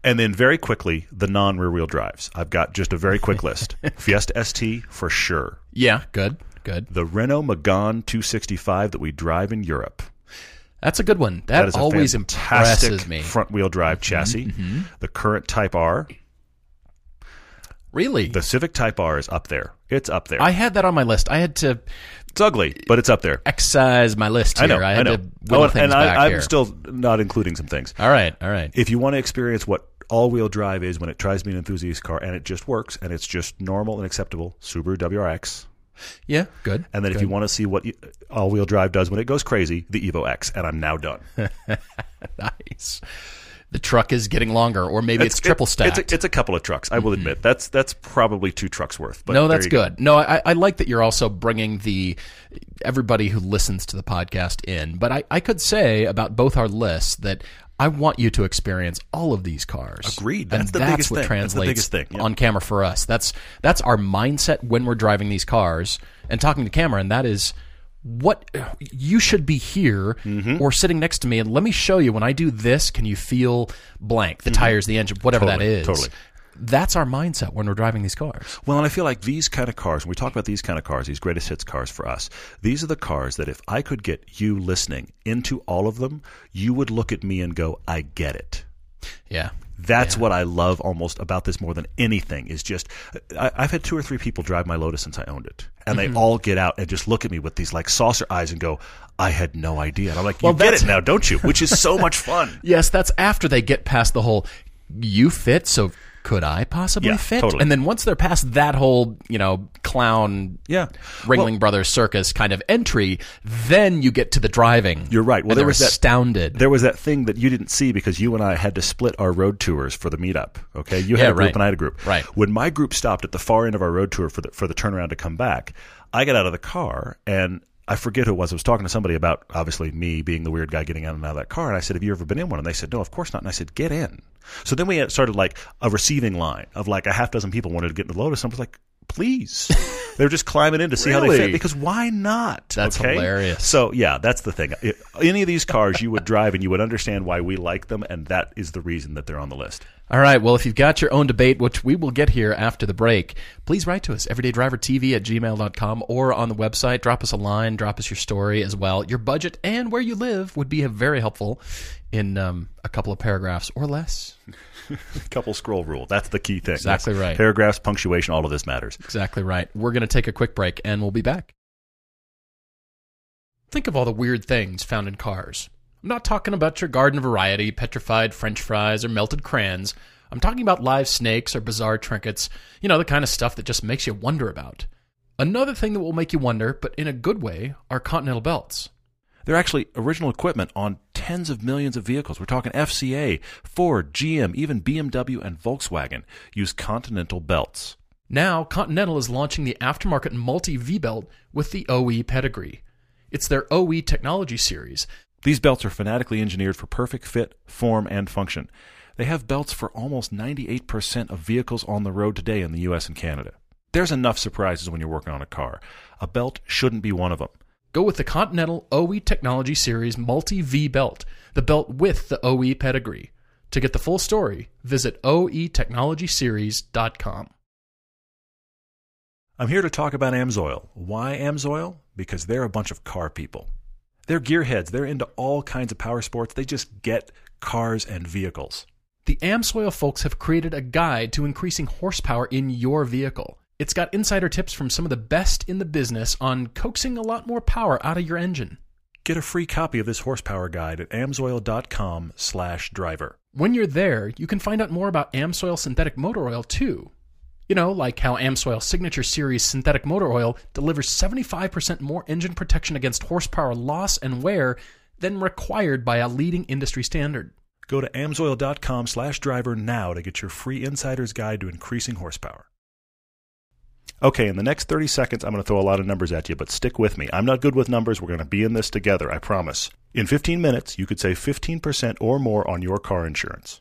And then very quickly, the non rear wheel drives. I've got just a very quick list. Fiesta ST for sure. Yeah, good. good. the Renault Megane 265 that we drive in Europe. That's a good one. That, That is always a fantastic impresses me. Mm-hmm, front-wheel drive chassis. The current Type R, really? the Civic Type R is up there. It's up there. I had that on my list. I had to it's ugly, but it's up there. excise my list I here. know. had know. to whittle Oh, and- things and I, back I'm here. still not including some things. all right, all right. If you want to experience what all-wheel drive is when it tries to be an enthusiast car and it just works and it's just normal and acceptable, Subaru WRX. yeah, good. And then if you want to see what you- all-wheel drive does when it goes crazy, the Evo X. And I'm now done. nice. The truck is getting longer, or maybe it's, triple stacked. Mm-hmm. It's a, it's a couple of trucks. I will admit that's that's probably two trucks worth. But no, there that's you go. good. No, I, I like that you're also bringing the everybody who listens to the podcast in. But I, I could say about both our lists that I want you to experience all of these cars. Agreed. and That's the that's biggest what thing. That's the translates biggest thing, yeah. on camera for us. That's that's our mindset when we're driving these cars and talking to camera, and that is what you should be here Mm-hmm. or sitting next to me and let me show you when I do this, can you feel blank, the tires, the engine, whatever that Mm-hmm. Totally, is. totally. That's our mindset when we're driving these cars. Well, and I feel like these kind of cars, when we talk about these kind of cars, these greatest hits cars for us, these are the cars that if I could get you listening into all of them, you would look at me and go, I get it. Yeah. That's what I love almost about this more than anything is just I, I've had two or three people drive my Lotus since I owned it, and Mm-hmm. they all get out and just look at me with these like saucer eyes and go, "I had no idea." And I'm like, "You get that's- it now, don't you?" Which is so much fun. Yes, that's after they get past the whole you fit, so could I possibly Yeah, fit? totally. And then once they're past that whole, you know, clown Yeah. Ringling Brothers circus kind of entry, then you get to the driving. You're right. Well, and there they're was that- astounded. There was that thing that you didn't see because you and I had to split our road tours for the meetup. Okay, you had Yeah, a group right. and I had a group. Right. When my group stopped at the far end of our road tour for the for the turnaround to come back, I got out of the car and I forget who it was. I was talking to somebody about obviously me being the weird guy getting out and out of that car, and I said, "Have you ever been in one?" And they said, "No, of course not." And I said, "Get in." So then we had started like a receiving line of like a half dozen people wanted to get into the Lotus. And I was like, "Please." they were just climbing in to see how they fit Really? because why not? That's hilarious. So yeah, that's the thing. It- Any of these cars you would drive and you would understand why we like them, and that is the reason that they're on the list. All right. Well, if you've got your own debate, which we will get here after the break, please write to us, everydaydrivertv at gmail.com or on the website. Drop us a line, drop us your story as well. Your budget and where you live would be very helpful in um, a couple of paragraphs or less. Couple scroll rule. That's the key thing. Exactly Yes. right. Paragraphs, punctuation, all of this matters. Exactly right. We're going to take a quick break and we'll be back. Think of all the weird things found in cars. I'm not talking about your garden variety, petrified french fries, or melted crayons. I'm talking about live snakes or bizarre trinkets, you know, the kind of stuff that just makes you wonder about. Another thing that will make you wonder, but in a good way, are continental belts. They're actually original equipment on tens of millions of vehicles. We're talking FCA, Ford, GM, even BMW and Volkswagen use Continental belts. Now, Continental is launching the aftermarket multi V belt with the OE pedigree. It's their OE technology series These belts are fanatically engineered for perfect fit, form, and function. They have belts for almost 98% of vehicles on the road today in the US and Canada. There's enough surprises when you're working on a car. A belt shouldn't be one of them. Go with the Continental OE Technology Series Multi V belt, the belt with the OE pedigree. To get the full story, visit E oetechnologyseries.com. I'm here to talk about Amsoil. Why Amsoil? Because they're a bunch of car people. They're gearheads, they're into all kinds of power sports, they just get cars and vehicles. The Amsoil folks have created a guide to increasing horsepower in your vehicle. It's got insider tips from some of the best in the business on coaxing a lot more power out of your engine. Get a free copy of this horsepower guide at amsoil.com slash driver. When you're there, you can find out more about Amsoil synthetic motor oil too. You know, like how Amsoil Signature Series synthetic motor oil delivers 75% more engine protection against horsepower loss and wear than required by a leading industry standard. Go to amsoil.com slash driver now to get your free insider's guide to increasing horsepower. Okay, in the next 30 seconds, I'm going to throw a lot of numbers at you, but stick with me. I'm not good with numbers. We're going to be in this together, I promise. In 15 minutes, you could save 15% or more on your car insurance.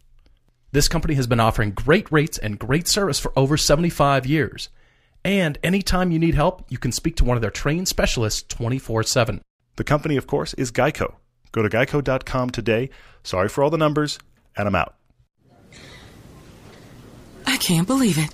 This company has been offering great rates and great service for over 75 years. And anytime you need help, you can speak to one of their trained specialists 24 7. The company, of course, is Geico. Go to geico.com today. Sorry for all the numbers, and I'm out. I can't believe it.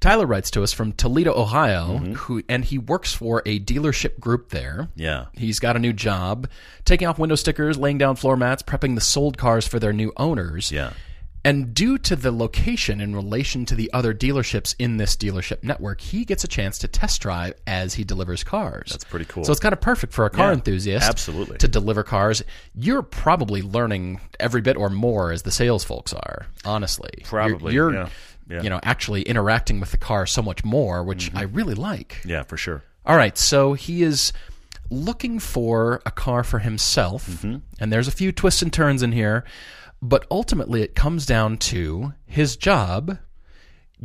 Tyler writes to us from Toledo, Ohio, who and he works for a dealership group there. Yeah. He's got a new job, taking off window stickers, laying down floor mats, prepping the sold cars for their new owners. Yeah. And due to the location in relation to the other dealerships in this dealership network, he gets a chance to test drive as he delivers cars. That's pretty cool. So it's kind of perfect for a car Yeah, enthusiast absolutely. to deliver cars. You're probably learning every bit or more as the sales folks are, honestly. You're- Probably, You're, yeah, yeah. Mm-hmm. you know, actually interacting with the car so much more, which I really like. Yeah, for sure. All right, so he is looking for a car for himself, Mm-hmm. and there's a few twists and turns in here, but ultimately it comes down to his job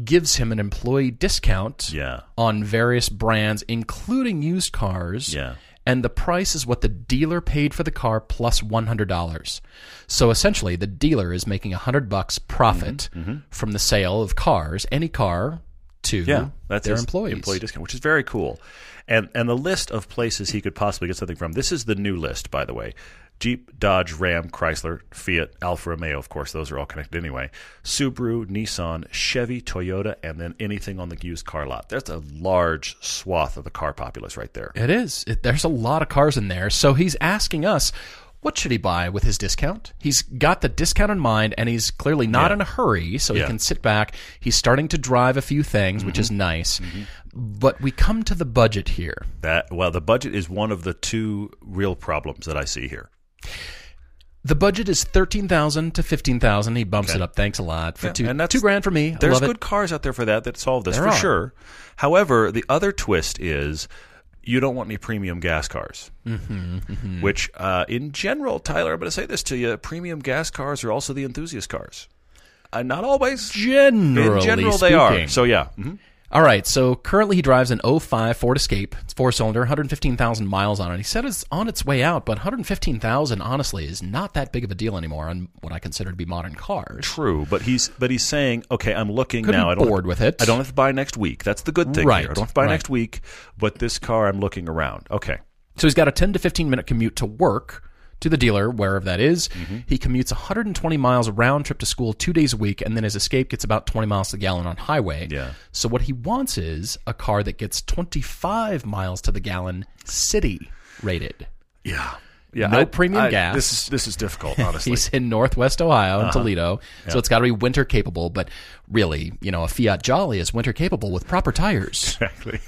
gives him an employee discount Yeah. on various brands, including used cars. Yeah. And the price is what the dealer paid for the car plus $100. So essentially, the dealer is making 100 bucks profit Mm-hmm. from the sale of cars, any car, to Yeah, that's their his employees. Employee discount, which is very cool. And and the list of places he could possibly get something from. This is the new list, by the way. Jeep, Dodge, Ram, Chrysler, Fiat, Alfa Romeo, of course, those are all connected anyway. Subaru, Nissan, Chevy, Toyota, and then anything on the used car lot. That's a large swath of the car populace right there. It is. It, there's a lot of cars in there. So he's asking us, what should he buy with his discount? He's got the discount in mind, and he's clearly not in a hurry, so Yeah. Mm-hmm. he can sit back. He's starting to drive a few things, which is nice. But we come to the budget here. That well, the budget is one of the two real problems that I see here. The budget is thirteen thousand to fifteen thousand. He bumps it up. Thanks a lot for two and that's- two grand for me. I There's love it. good cars out there for that that solve this There for are. sure. However, the other twist is you don't want any premium gas cars, Mm-hmm, which uh, in general, Tyler, I'm going to say this to you: premium gas cars are also the enthusiast cars. Uh, not always. Generally in general, they are. speaking. So yeah, Mhm. All right, so currently he drives an 05 Ford Escape. It's four cylinder, 115,000 miles on it. He said it's on its way out, but 115,000 honestly is not that big of a deal anymore on what I consider to be modern cars. true. But he's but he's saying, okay, I'm looking Could be now. I don't bored with it. I don't have to buy next week. That's the good thing. Right, Here. I don't have to buy right. next week. But this car, I'm looking around. Okay. So he's got a 10 to 15 minute commute to work to the dealer, wherever that is. He commutes 120 miles round trip to school two days a week, and then his Escape gets about 20 miles to the gallon on highway. Yeah. So what he wants is a car that gets 25 miles to the gallon city rated. Yeah. Yeah. No premium gas. This is this is difficult. Honestly. He's in Northwest Ohio Uh-huh. in Toledo, so it's got to be winter capable. But really, you know, a Fiat Jolly is winter capable with proper tires. Exactly.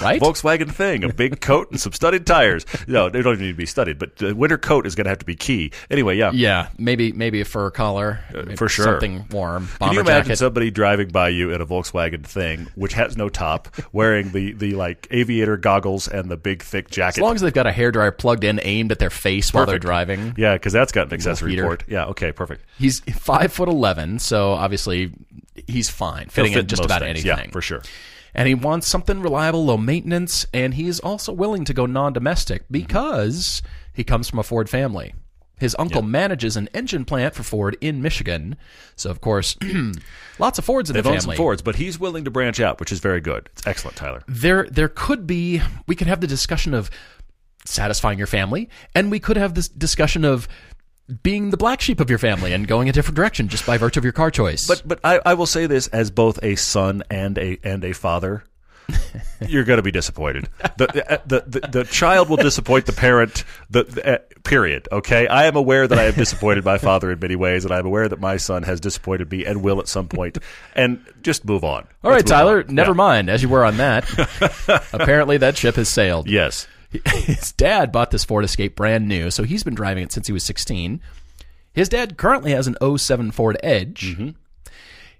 Right? Volkswagen thing, a big coat and some studded tires. No, they don't even need to be studded, but the winter coat is going to have to be key. Anyway, yeah. yeah, maybe maybe a fur collar, maybe Uh, for sure. something warm, Can bomber you imagine jacket. somebody driving by you in a Volkswagen thing, which has no top, wearing the, the like aviator goggles and the big thick as jacket? long as they've got a hairdryer plugged in, aimed at their face while they're driving. yeah, because that's got an accessory heater. port. Yeah, okay, perfect. He's five foot eleven, so obviously he's fine, fitting It'll in fit just most about things. anything. Yeah, for sure. and he wants something reliable, low maintenance, and he is also willing to go non domestic Mm-hmm. because he comes from a Ford family. His uncle manages an engine plant for Ford in Michigan. So, of course, lots of Fords in They've the owned some family. Fords, but he's willing to branch out, which is very good. It's excellent, Tyler. There, there could be, we could have the discussion of satisfying your family, and we could have this discussion of being the black sheep of your family and going a different direction just by virtue of your car choice. But but I, I will say this as both a son and a and a father. You're going to be disappointed. The, uh, the the the child will disappoint the parent. The, the uh, period. Okay, I am aware that I have disappointed my father in many ways, and I'm aware that my son has disappointed me and will at some point. And just move on. All right, Tyler, never mind, as you were on that. Apparently, that ship has sailed. Yes. his dad bought this Ford Escape brand new, so he's been driving it since he was 16. His dad currently has an 07 Ford Edge. Mm-hmm.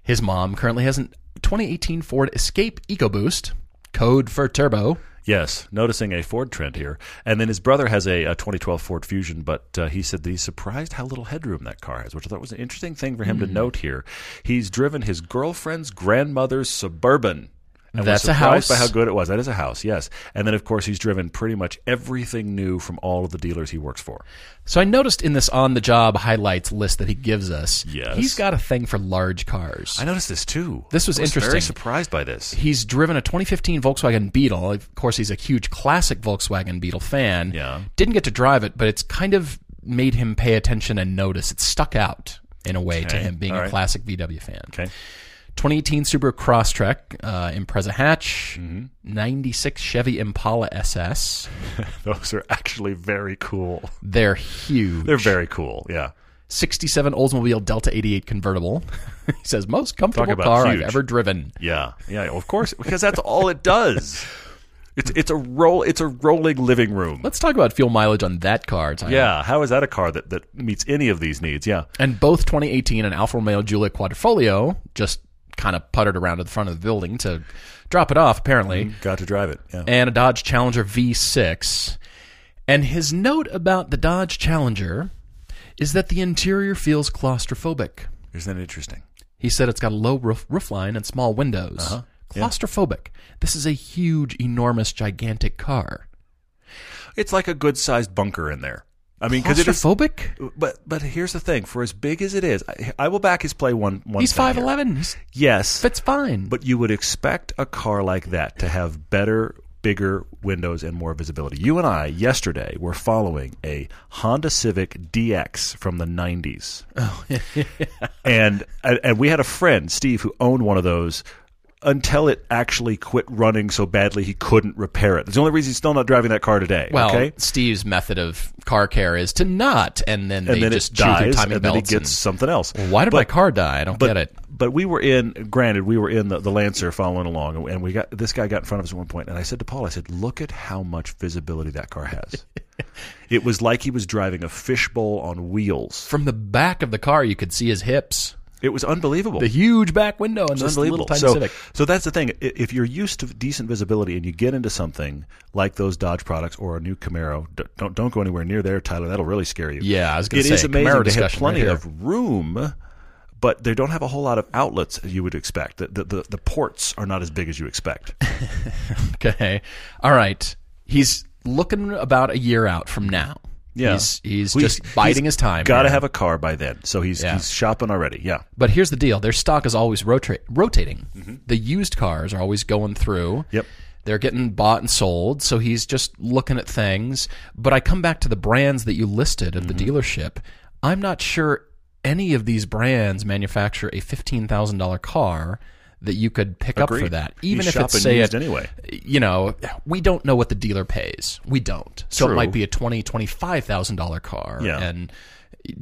His mom currently has a 2018 Ford Escape EcoBoost, code for turbo. Yes, noticing a Ford trend here, and then his brother has a, a 2012 Ford Fusion, but uh, he said that he's surprised how little headroom that car has, which I thought was an Hmm. interesting thing for him to note here. He's driven his girlfriend's grandmother's Suburban And That's was a surprised house. by how good it was. That is a house, yes. And then, of course, he's driven pretty much everything new from all of the dealers he works for. So I noticed in this on the job highlights list that he gives us, Yes. he's got a thing for large cars. I noticed this too. This was I was Very interesting. surprised by this. He's driven a 2015 Volkswagen Beetle. Of course, he's a huge classic Volkswagen Beetle fan. Yeah. Didn't get to drive it, but it's kind of made him pay attention and notice. It stuck out in a way to Okay. him being All a right. classic VW fan. Okay. 2018 Subaru Crosstrek, uh, Impreza hatch, Mm-hmm. 96 Chevy Impala SS. Those are actually very cool. They're huge. They're very cool. Yeah. 67 Oldsmobile Delta 88 convertible. he says most comfortable about car huge. I've ever driven. Yeah. Yeah. Of course, because that's all it does. It's it's a roll. It's a rolling living room. Let's talk about fuel mileage on that car. Tyler. Yeah. How is that a car that, that meets any of these needs? Yeah. And both 2018 and Alfa Romeo Giulia Quadrifoglio just kind of puttered around to the front of the building to drop it off, apparently, Got to drive it. Yeah. and a Dodge Challenger V6. And his note about the Dodge Challenger is that the interior feels claustrophobic. Isn't that interesting? He said it's got a low roof, roofline and small windows. Uh-huh. Claustrophobic. This is a huge, enormous, gigantic car. It's like a good sized bunker in there. I mean, because it is. Claustrophobic? But but here's the thing: for as big as it is, I, I will back his play one one. He's time five here. eleven. He's Yes, fits fine. But you would expect a car like that to have better, bigger windows and more visibility. You and I yesterday were following a Honda Civic DX from the 90s. Oh, and and we had a friend, Steve, who owned one of those until it actually quit running so badly he couldn't repair it. That's the only reason he's still not driving that car today. well, okay? Steve's method of car care is to not, and then they And then just it chew through dies, timing and then he belts. gets something else. and, why did my But- car die? I don't but, get it. But we were in. Granted, we were in the, the Lancer following along, and- and we got this guy got in front of us at one point, and I said to Paul, I said, "Look at how much visibility that car has." it was like he was driving a fishbowl on wheels. From the back of the car, you could see his hips, It was unbelievable. the huge back window, and It's this unbelievable. little tiny so, Civic. so that's the thing. I- If you're used to decent visibility and you get into something like those Dodge products or a new Camaro, d- don't don't go anywhere near there, Tyler. That'll really scare you. Yeah, I was going It to say is amazing Camaro they have discussion plenty right here. of room, but they don't have a whole lot of outlets as you would expect. The, the, the, the ports are not as big as you expect. Okay, all right. He's looking about a year out from now. Yeah. he's, he's just biding his time. Got to here. have a car by then, so he's Yeah. he's shopping already. Yeah, But here's the deal: their stock is always rota- rotating. The used cars are always going through. Mm-hmm. Yep. They're getting bought and sold, so he's just looking at things. But I come back to the brands that you listed of Mm-hmm. the dealership. I'm not sure any of these brands manufacture a fifteen thousand dollar car that you could pick up for Agreed. that, He's even if it's shopping say used a- anyway. You know, we don't know what the dealer pays. We don't, so True. it might be a twenty twenty five thousand dollar car, Yeah. and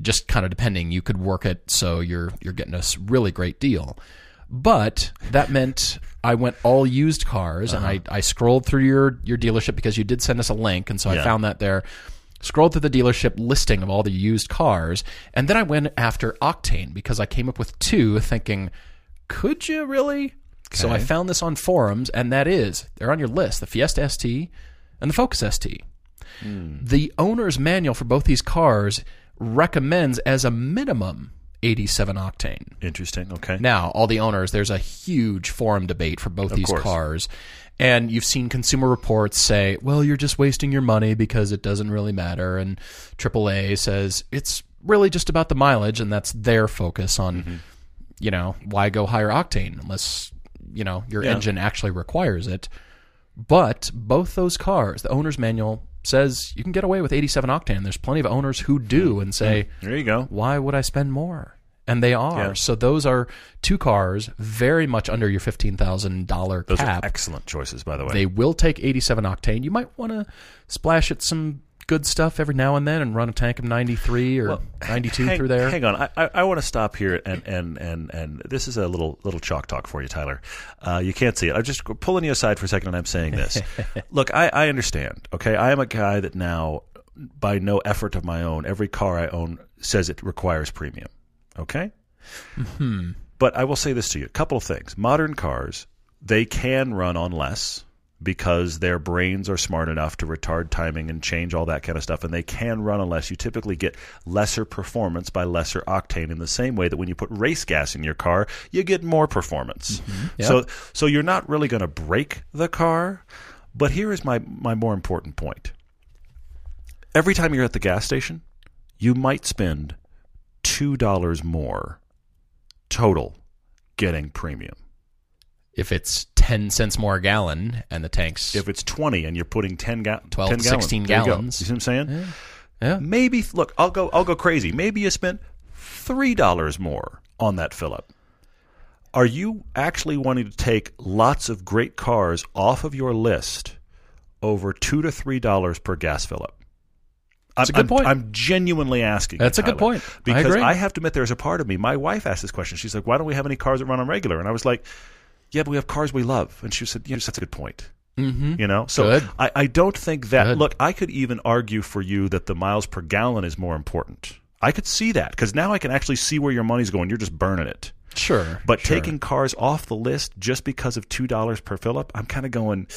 just kind of depending you could work it so you're you're getting a s- really great deal but that meant I went all used cars and I, I scrolled through your your dealership because you did send us a link and so I found that there scrolled through the dealership listing of all the used cars and then I went after Octane because I came up with two thinking could you really so I found this on forums and that is they're on your list the Fiesta ST and the Focus ST the owner's manual for both these cars recommends as a minimum 87 octane. interesting. Okay, Now, all the owners, there's a huge forum debate for both these course. cars. And you've seen consumer reports say, well, you're just wasting your money because it doesn't really matter. And AAA says it's really just about the mileage, and that's their focus on, Mm-hmm. you know, why go higher octane unless, you know, your engine actually requires it. But both those cars, the owner's manual says you can get away with 87 octane. There's plenty of owners who Mm-hmm. do and say, there you go. why would I spend more? And they are. So those are two cars very much under your fifteen thousand dollar Those are cap. excellent choices, by the way. they will take eighty seven octane. You might want to splash it some good stuff every now and then and run a tank of ninety three or ninety two hang, through there. Hang on, I, I, I want to stop here and, and and and this is a little little chalk talk for you, Tyler. Uh, you can't see it. I'm just pulling you aside for a second, and I'm saying this. Look, I, I understand. Okay, I am a guy that now, by no effort of my own, every car I own says it requires premium. Okay. But I will say this to you: a couple of things. Modern cars, they can run on less. because their brains are smart enough to retard timing and change all that kind of stuff. And they can run unless you typically get lesser performance by lesser octane in the same way that when you put race gas in your car, you get more performance. So, so you're not really going to break the car. But here is my, my more important point. Every time you're at the gas station, you might spend $2 more total getting premium. If it's 10 cents more a gallon and the tank's If it's 20 and you're putting 10, ga- 12, 10 gallons, 16 there you go. gallons. You, see what I'm saying? Yeah. Maybe look, I'll go I'll go crazy. Maybe you spent $3 more on that fill up. Are you actually wanting to take lots of great cars off of your list over 2 to 3 dollars per gas fill up? That's a good I'm, point. I'm genuinely asking. you, That's a good Tyler, point. I Because agree. I have to admit, there's a part of me. My wife asked this question. She's like, "Why don't we have any cars that run on regular?" And I was like, "Yeah, but we have cars we love." And she said, "Yeah, that's a good point." Mm-hmm. You know, so Good. I, I don't think that. Good. Look, I could even argue for you that the miles per gallon is more important. I could see that because now I can actually see where your money's going. You're just burning it. sure. But sure. taking cars off the list just because of two dollars per fill up, I'm kind of going.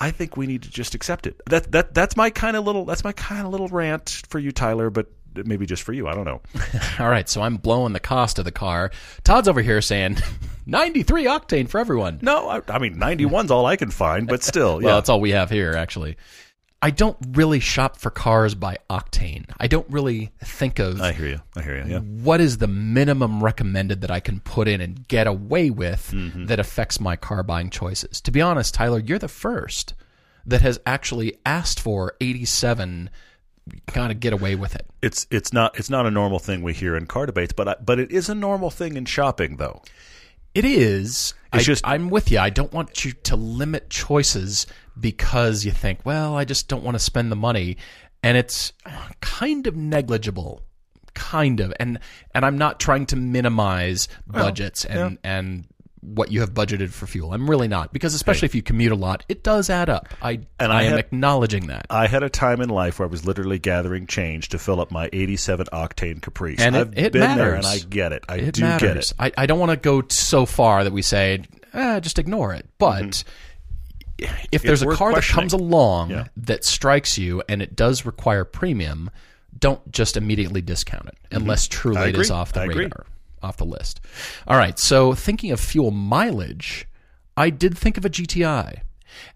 I think we need to just accept it. That that that's my kind of little that's my kind of little rant for you, Tyler. But maybe just for you, I don't know. All right, so I'm blowing the cost of the car. Todd's over here saying 93 octane for everyone. No, I, I mean 91's all I can find, but still, Well, yeah. that's all we have here, actually. I don't really shop for cars by octane. I don't really think of I hear you. I hear you. Yeah. what is the minimum recommended that I can put in and get away with that affects my car buying choices. To be honest, Tyler, you're the first that has actually asked for 87 kind of get away with it. It's it's not it's not a normal thing we hear in car debates, but I, but it is a normal thing in shopping though. It is. It's I, just- I'm with you. I don't want you to limit choices because you think, well, I just don't want to spend the money, and it's kind of negligible, kind of. And and I'm not trying to minimize budgets and and what you have budgeted for fuel. I'm really not because especially if you commute a lot, it does add up. I And and I I, am had- acknowledging that. I had a time in life where I was literally gathering change to fill up my 87 octane Caprice. And it- I've it been there and matters. I get it. I it do matters. get it. I, I don't want to go so far that we say, eh, just ignore it. But if there's a Mm-hmm. worth car that questioning. comes along Yeah. that strikes you and it does require premium, don't just immediately discount it unless truly Mm-hmm. I it is agree. off the I agree. radar, off the list. All right. So thinking of fuel mileage, I did think of a GTI.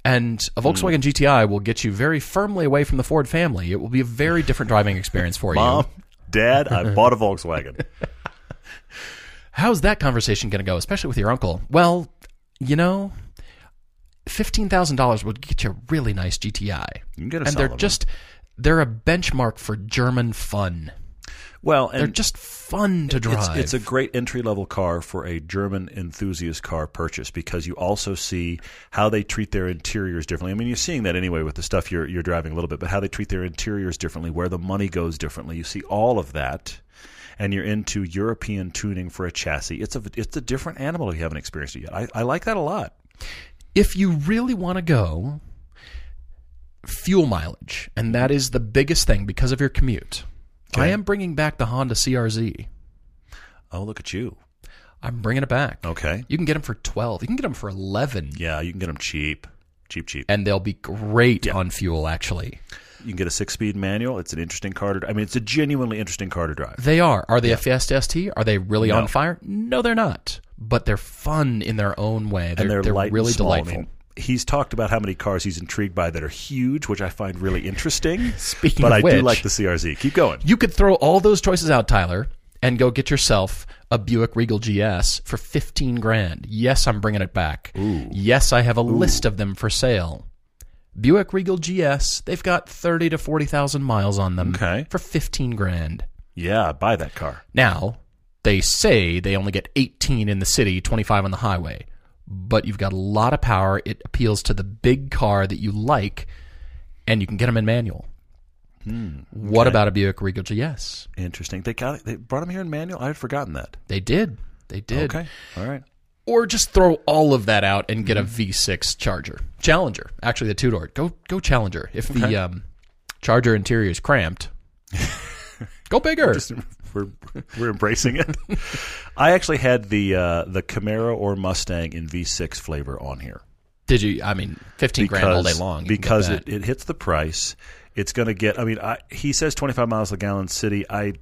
And Mm. a Volkswagen GTI will get you very firmly away from the Ford family. It will be a very different driving experience for you. Mom, Dad, I bought a Volkswagen. How's that conversation going to go, especially with your uncle? Well, you know, fifteen thousand dollars would get you a really nice GTI, You can get a and they're solid one. just they're a benchmark for German fun. Well, They're and just fun to Mm. it's, drive. it's a great entry level car for a German enthusiast car purchase because you also see how they treat their interiors differently. I mean, you're seeing that anyway with the stuff you're you're driving a little bit, but how they treat their interiors differently, where the money goes differently. You see all of that. And you're into European tuning for a chassis. It's a it's a different animal if you haven't experienced it yet. I, I like that a lot. if you really want to go fuel mileage, Mm-hmm. and that is the biggest thing because of your commute. I am bringing back the Honda CRZ. Oh, look at you. I'm bringing it back. Okay. You can get them for twelve. You can get them for eleven, Yeah, you can get them cheap, cheap, cheap. and they'll be great on fuel. Actually, You can get a six-speed manual. It's an interesting car to. I mean, it's a genuinely interesting car to drive. They are. Are they a Fiesta ST? Are they really No. on fire? No, they're not. But they're fun in their own way. They're, and they're, they're light and really small. I delightful. mean, he's talked about how many cars he's intrigued by that are huge, which I find really interesting. Speaking but of I do which- like the CRZ. Keep going. you could throw all those choices out, Tyler, and go get yourself a Buick Regal GS for 15 grand. Yes, I'm bringing it back. Yes, I have a list of them for sale. Buick Regal GS, they've got 30 to 40,000 miles on them Okay. for 15 grand. Yeah, buy that car. Now, they say they only get 18 in the city, 25 on the highway. But you've got a lot of power. It appeals to the big car that you like, and you can get them in manual. Hmm, What about a Buick Regal GS? Interesting. They got it. They brought him here in manual. I had forgotten that. They did. They did. Okay. Hmm. All right. Or just throw all of that out and get a V6 Charger. Challenger. Actually, the two door. Go go Challenger. If the um, Charger interior is cramped, go bigger. We're we're embracing it. I actually had the uh, the Camaro or Mustang in V6 flavor on here. Did you? I mean, fifteen grand all day long. you can get because that. it, it hits the price. It's going to get. I mean, I, he says 25 miles a gallon city. I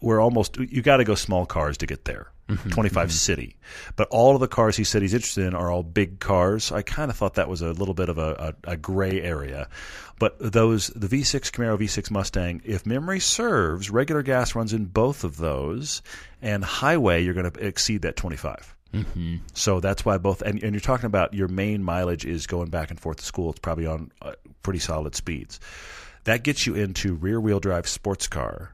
we're almost. You got to go small cars to get there. Mm-hmm, 25 city, but all of the cars he said he's interested in are all big cars. I kind of thought that was a little bit of a, a, a gray area, but those the V6 Camaro, V6 Mustang. If memory serves, regular gas runs in both of those, and highway you're going to exceed that 25. So that's why both, and, and you're talking about your main mileage is going back and forth to school. It's probably on uh, pretty solid speeds. That gets you into rear wheel drive sports car.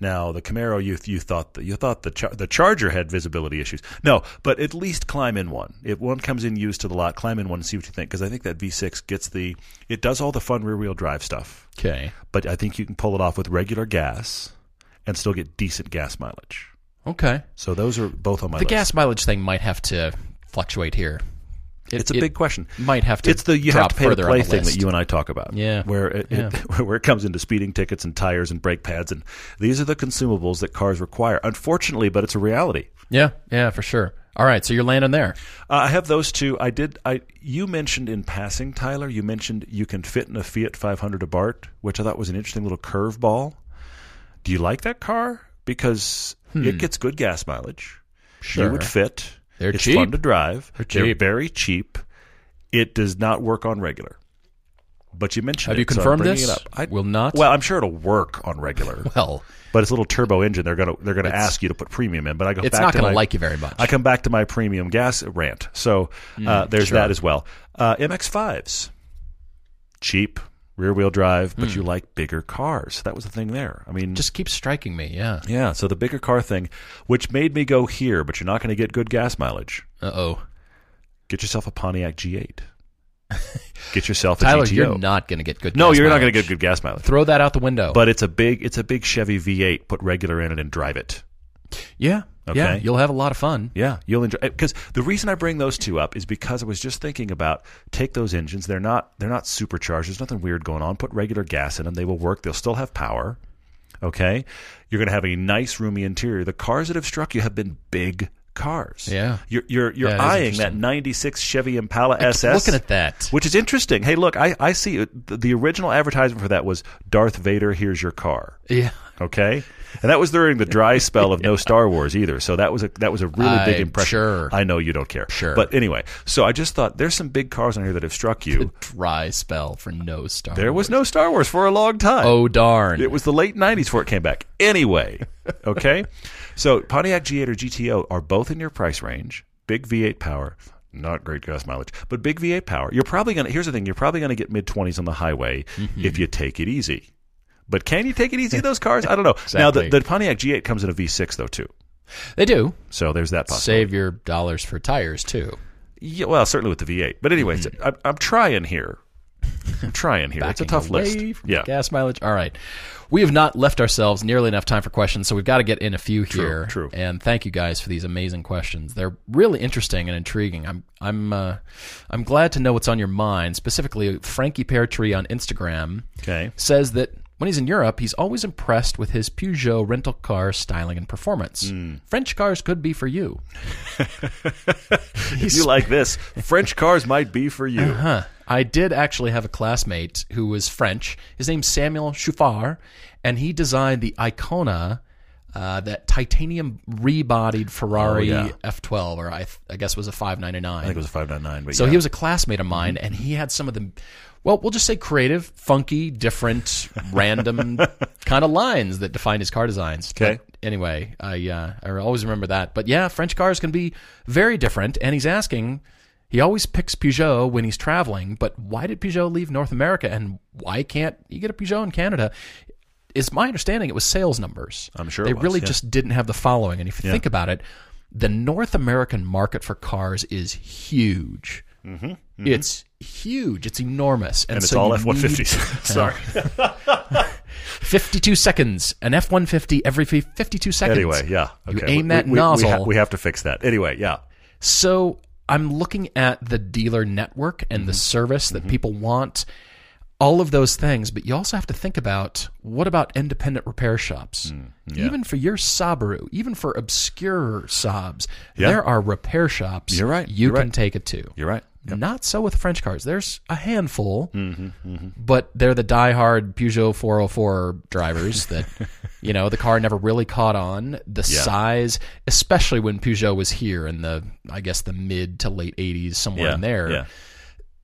Now the Camaro, you you thought the, you thought the char- the Charger had visibility issues. No, but at least climb in one. If one comes in used to the lot, climb in one and see what you think. Because I think that V6 gets the it does all the fun rear wheel drive stuff, okay. but I think you can pull it off with regular gas and still get decent gas mileage. Okay. So those are both on my the list. gas mileage thing might have to fluctuate here. It- It's a it big question. Might have to. it's the you have drop to pay to further play on the thing list. that you and I talk about. Yeah. where it, It, where it comes into speeding tickets and tires and brake pads and these are the consumables that cars require. Unfortunately, but it's a reality. Yeah, yeah, for sure. All right, so you're landing there. Uh, I have those two. I did. I you mentioned in passing, Tyler. You mentioned you can fit in a Fiat 500 Abarth, which I thought was an interesting little curveball. Do you like that car? Because it gets good gas mileage. Hmm. Sure. You would fit. They're it's cheap. fun to drive. They're, cheap. very cheap. It does not work on regular. But you mentioned Have it, you so I'm confirmed bringing this? It up. I Will not? Well, I'm sure it'll work on regular. Well, But it's a little turbo engine. They're gonna they're gonna It's- ask you to put premium in. But I go. it's back not to going my- to like you very much. I come back to my premium gas rant. So Mm, uh, there's that as well. Uh, MX5s, cheap rear wheel drive, but you like bigger cars. That was the thing there. I mean, Mm. Just keeps striking me. Yeah. yeah. So the bigger car thing, which made me go here, but you're not going to get good gas mileage. Uh oh, Get yourself a Pontiac G8. get yourself a Tyler, GTO. you're not going to get good. no, gas you're not going mileage. to get good gas mileage. Throw that out the window. But it's a big, it's a big Chevy V8. Put regular in it and drive it. yeah, yeah, Okay. you'll have a lot of fun. Yeah, you'll enjoy because the reason I bring those two up is because I was just thinking about take those engines. They're not they're not supercharged. There's nothing weird going on. Put regular gas in them. They will work. They'll still have power. Okay, you're going to have a nice roomy interior. The cars that have struck you have been big cars. Yeah. you're you're, you're Yeah, it is eyeing that interesting. '96 Chevy Impala SS. Looking at that. Which is interesting. Hey, look, I, I see it. The, the original advertisement for that was Darth Vader, here's your car. Yeah. Okay, and that was during the dry spell of no Star Wars either. So that was a that was a really big I'm impression. sure. I know you don't care. Sure. but anyway, so I just thought there's some big cars on here that have struck you. Dry spell for no star. There was no Star Wars for a long time. Oh darn. It was the late '90s before it came back. Anyway, okay, so Pontiac G8 or GTO are both in your price range. Big V8 power, not great gas mileage, but big V8 power. You're probably gonna. Here's the thing: you're probably gonna get mid 20s on the highway Mm-hmm. if you take it easy. But can you take it easy in those cars? I don't know. Now the, Exactly. the Pontiac G8 comes in a V6 though too, they do so there's that possibility. save your dollars for tires too. Yeah, well, certainly with the V8. But anyways, I'm, I'm trying here. I'm trying here. it's a Mm-hmm. backing tough away list. from Yeah. Gas mileage. All right. We have not left ourselves nearly enough time for questions, so we've got to get in a few here. true. And thank you guys for these amazing questions. They're really interesting and intriguing. I'm I'm uh, I'm glad to know what's on your mind. Specifically, Frankie Pear Tree on Instagram Okay. says that when he's in Europe, he's always impressed with his Peugeot rental car styling and performance. Hmm. French cars could be for you. If you like this, French cars might be for you. Huh. I did actually have a classmate who was French. His name's Samuel Chouffard, and he designed the Icona, uh, that titanium rebodied Ferrari Oh, yeah. F12, or I, th- I guess was a 599. I think it was a 599. But so yeah. he was a classmate of mine, and he had some of the, well, we'll just say creative, funky, different, random kind of lines that define his car designs. Okay. But anyway, I uh, I always remember that. But yeah, French cars can be very different, and he's asking. He always picks Peugeot when he's traveling, but why did Peugeot leave North America, and why can't you get a Peugeot in Canada? It's my understanding it was sales numbers. I'm sure it they was, really yeah. just didn't have the following. And if you think about it, the North American market for cars is huge. It's huge. It's enormous. Mm-hmm, and it's so all you F 150s. Sorry. 52 seconds. An F 150 every fi- 52 seconds. Anyway, yeah. You Okay. aim We- that we, we, nozzle. We, ha- we have to fix that. Anyway, yeah. Mm-hmm. so I'm looking at the dealer network and the service that people want. all of those things, but you also have to think about what about independent repair shops? Mm, Even for your Sabaru, even for obscure Saabs, Yeah. there are repair shops You're right. you You're can right. take it to. You're right. Not so with French cars. There's a handful, Mm-hmm, but they're the diehard Peugeot 404 drivers that, you know, the car never really caught on. The size, especially when Peugeot was here in the, I guess, the mid to late 80s, somewhere in there Yeah.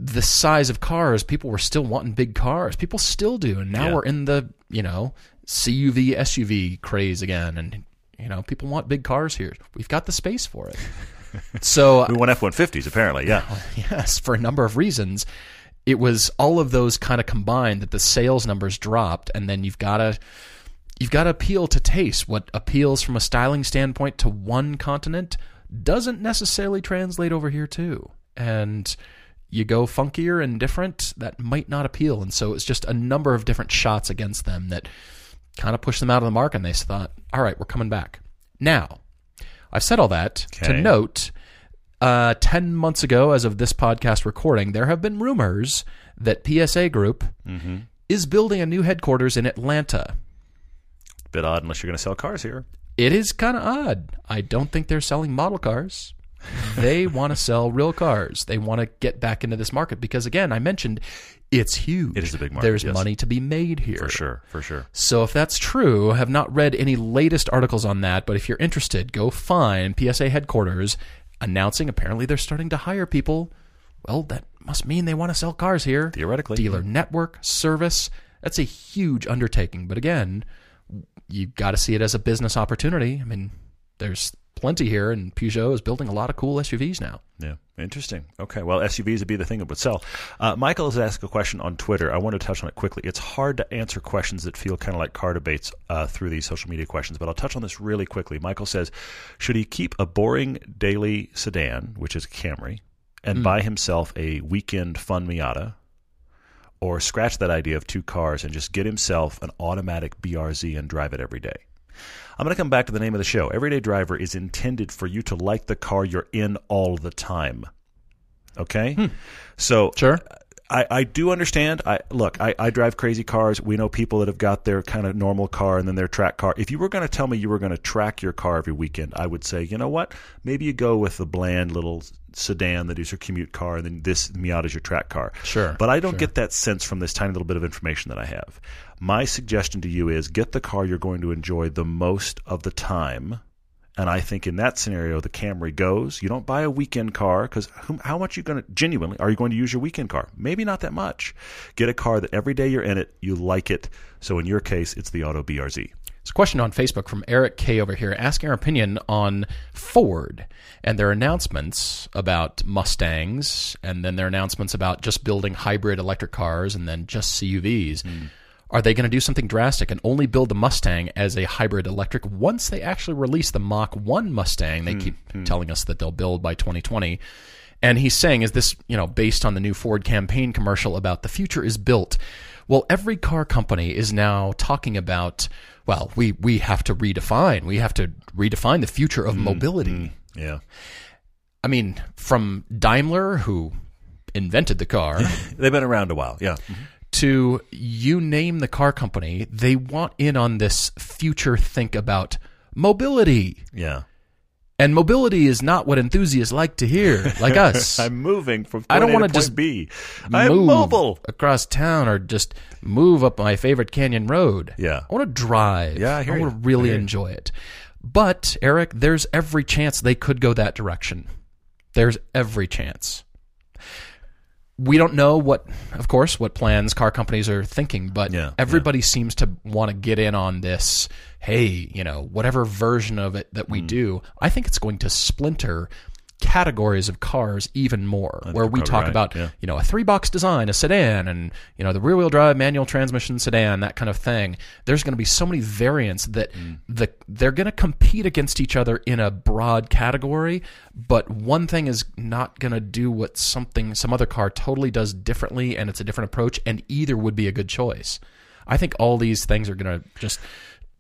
the size of cars, people were still wanting big cars. People still do, and now Yeah. we're in the you know CUV SUV craze again, and you know people want big cars here. We've got the space for it. so We want F 150s, apparently. Yeah. yes, for a number of reasons, it was all of those kind of combined that the sales numbers dropped, and then you've got to you've got to appeal to taste. What appeals from a styling standpoint to one continent doesn't necessarily translate over here too, and you go funkier and different that might not appeal, and so it's just a number of different shots against them that kind of pushed them out of the mark, and they thought, all right, we're coming back now. I've said all that Okay. to note uh, 10 months ago, as of this podcast recording, there have been rumors that PSA Group Mm-hmm. is building a new headquarters in Atlanta. Bit odd unless you're going to sell cars here. It is kind of odd. I don't think they're selling model cars. They want to sell real cars. They want to get back into this market because, again, I mentioned it's huge. It is a big market, There's yes. money to be made here. For sure. For sure. So if that's true, I have not read any latest articles on that, but if you're interested, go find PSA headquarters announcing apparently they're starting to hire people. Well, that must mean they want to sell cars here. Theoretically. Dealer network, service, that's a huge undertaking, but again, you've got to see it as a business opportunity. I mean, there's plenty here and Peugeot is building a lot of cool SUVs now. Yeah, interesting. Okay, well, SUVs would be the thing that would sell. Uh, Michael has asked a question on Twitter. I want to touch on it quickly. It's hard to answer questions that feel kind of like car debates uh, through these social media questions, but I'll touch on this really quickly. Michael says, should he keep a boring daily sedan, which is a Camry, Mm. and buy himself a weekend fun Miata, or scratch that idea of two cars and just get himself an automatic BRZ and drive it every day? I'm going to come back to the name of the show. Everyday Driver is intended for you to like the car you're in all the time. Okay? So Hmm. Sure. I, I do understand. I look, I, I drive crazy cars. We know people that have got their kind of normal car and then their track car. If you were going to tell me you were going to track your car every weekend, I would say, you know what? Maybe you go with the bland little sedan that is your commute car, and then this Miata is your track car. Sure, But I don't get that sense from this tiny little bit of information that I have. My suggestion to you is get the car you're going to enjoy the most of the time. And I think in that scenario, the Camry goes. You don't buy a weekend car because how much you going to genuinely are you going to use your weekend car? Maybe not that much. Get a car that every day you're in it, you like it. So in your case, it's the Auto BRZ. It's a question on Facebook from Eric K over here asking our opinion on Ford and their announcements about Mustangs and then their announcements about just building hybrid electric cars and then just CUVs. Are they going to do something drastic and only build the Mustang as a hybrid electric once they actually release the Mach 1 Mustang? They keep telling us that they'll build by 2020. And he's saying, is this, you know, based on the new Ford campaign commercial about the future is built? Well, every car company is now talking about, well, we, we have to redefine. We have to redefine the future of mobility. Yeah, I mean, from Daimler, who invented the car, they've been around a while. Yeah, to you name the car company, they want in on this future think about mobility. yeah. And mobility is not what enthusiasts like to hear, like us. I'm moving from. I don't want to wanna just B. I'm move mobile. across town or just move up my favorite canyon road. Yeah. I want to drive. Yeah, I hear want you. to I really hear you. enjoy it. But Eric, there's every chance they could go that direction. There's every chance. We don't know what, of course, what plans car companies are thinking, but Yeah, everybody seems to want to get in on this. Hey, you know, whatever version of it Hmm. that we do, I think it's going to splinter categories of cars even more, where we you're probably talk right, about yeah. you know, a three box design, a sedan, and, you know, the rear wheel drive manual transmission sedan, that kind of thing. There's going to be so many variants that Mm. the, they're going to compete against each other in a broad category, but one thing is not going to do what something, some other car totally does differently, and it's a different approach, and either would be a good choice. I think all these things are going to just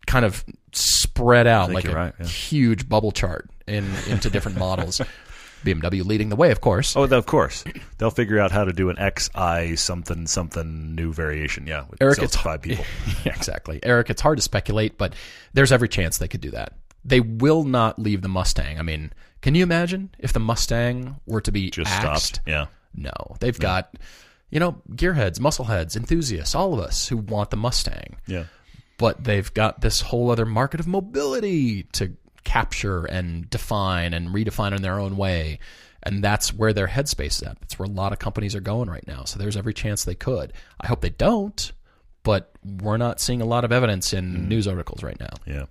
kind of spread out like a you're right, yeah. huge bubble chart in, into different models. BMW leading the way, of course. Oh, of course. They'll figure out how to do an XI something something new variation. Yeah, with Eric, sells it's to five people. yeah, exactly. Eric, it's hard to speculate, but there's every chance they could do that. They will not leave the Mustang. I mean, can you imagine if the Mustang were to be Just axed? stopped. Yeah. No, they've got, you know, gearheads, muscleheads, enthusiasts, all of us who want the Mustang. Yeah. But they've got this whole other market of mobility to capture and define and redefine in their own way. And that's where their headspace is at. That's where a lot of companies are going right now. So there's every chance they could. I hope they don't, but we're not seeing a lot of evidence in Hmm. news articles right now. Yeah,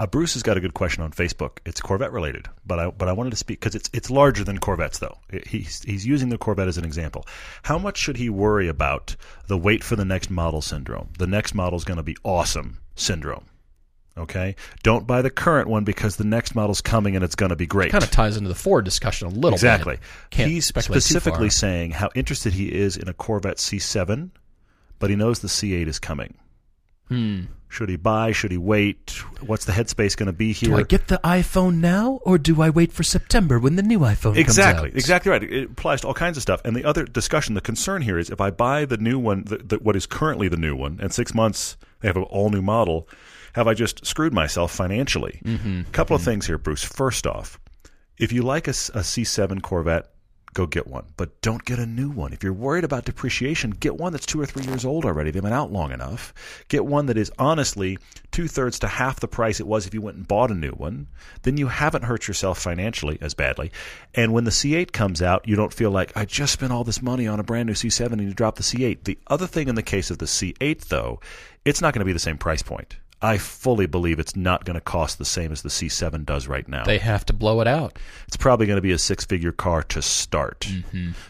uh, Bruce has got a good question on Facebook. It's Corvette related, but I but I wanted to speak because it's it's larger than Corvettes though. It- He's he's using the Corvette as an example. How much should he worry about the wait for the next model syndrome? The next model's going to be awesome syndrome. Okay, don't buy the current one because the next model's coming and it's going to be great. Kind of ties into the Ford discussion a little exactly. bit. Can't He's speculate too specifically far. saying how interested he is in a Corvette C7, but he knows the C8 is coming. Hmm. Should he buy? Should he wait? What's the headspace going to be here? Do I get the iPhone now, or do I wait for September when the new Exactly, iPhone comes out? exactly right. It applies to all kinds of stuff. And the other discussion, the concern here is if I buy the new one, the, the, what is currently the new one, and six months they have an all new model, have I just screwed myself financially? Mm-hmm. A couple of things here, Bruce. First off, if you like a, s- a C7 Corvette, go get one, but don't get a new one. If you're worried about depreciation, get one that's two or three years old already. They've been out long enough. Get one that is honestly two thirds to half the price it was if you went and bought a new one. Then you haven't hurt yourself financially as badly. And when the C8 comes out, you don't feel like, I just spent all this money on a brand new C7 and you drop the C8. The other thing in the case of the C8, though, it's not going to be the same price point. I fully believe it's not going to cost the same as the C7 does right now They have to blow it out. it's probably going to be a six-figure car to start.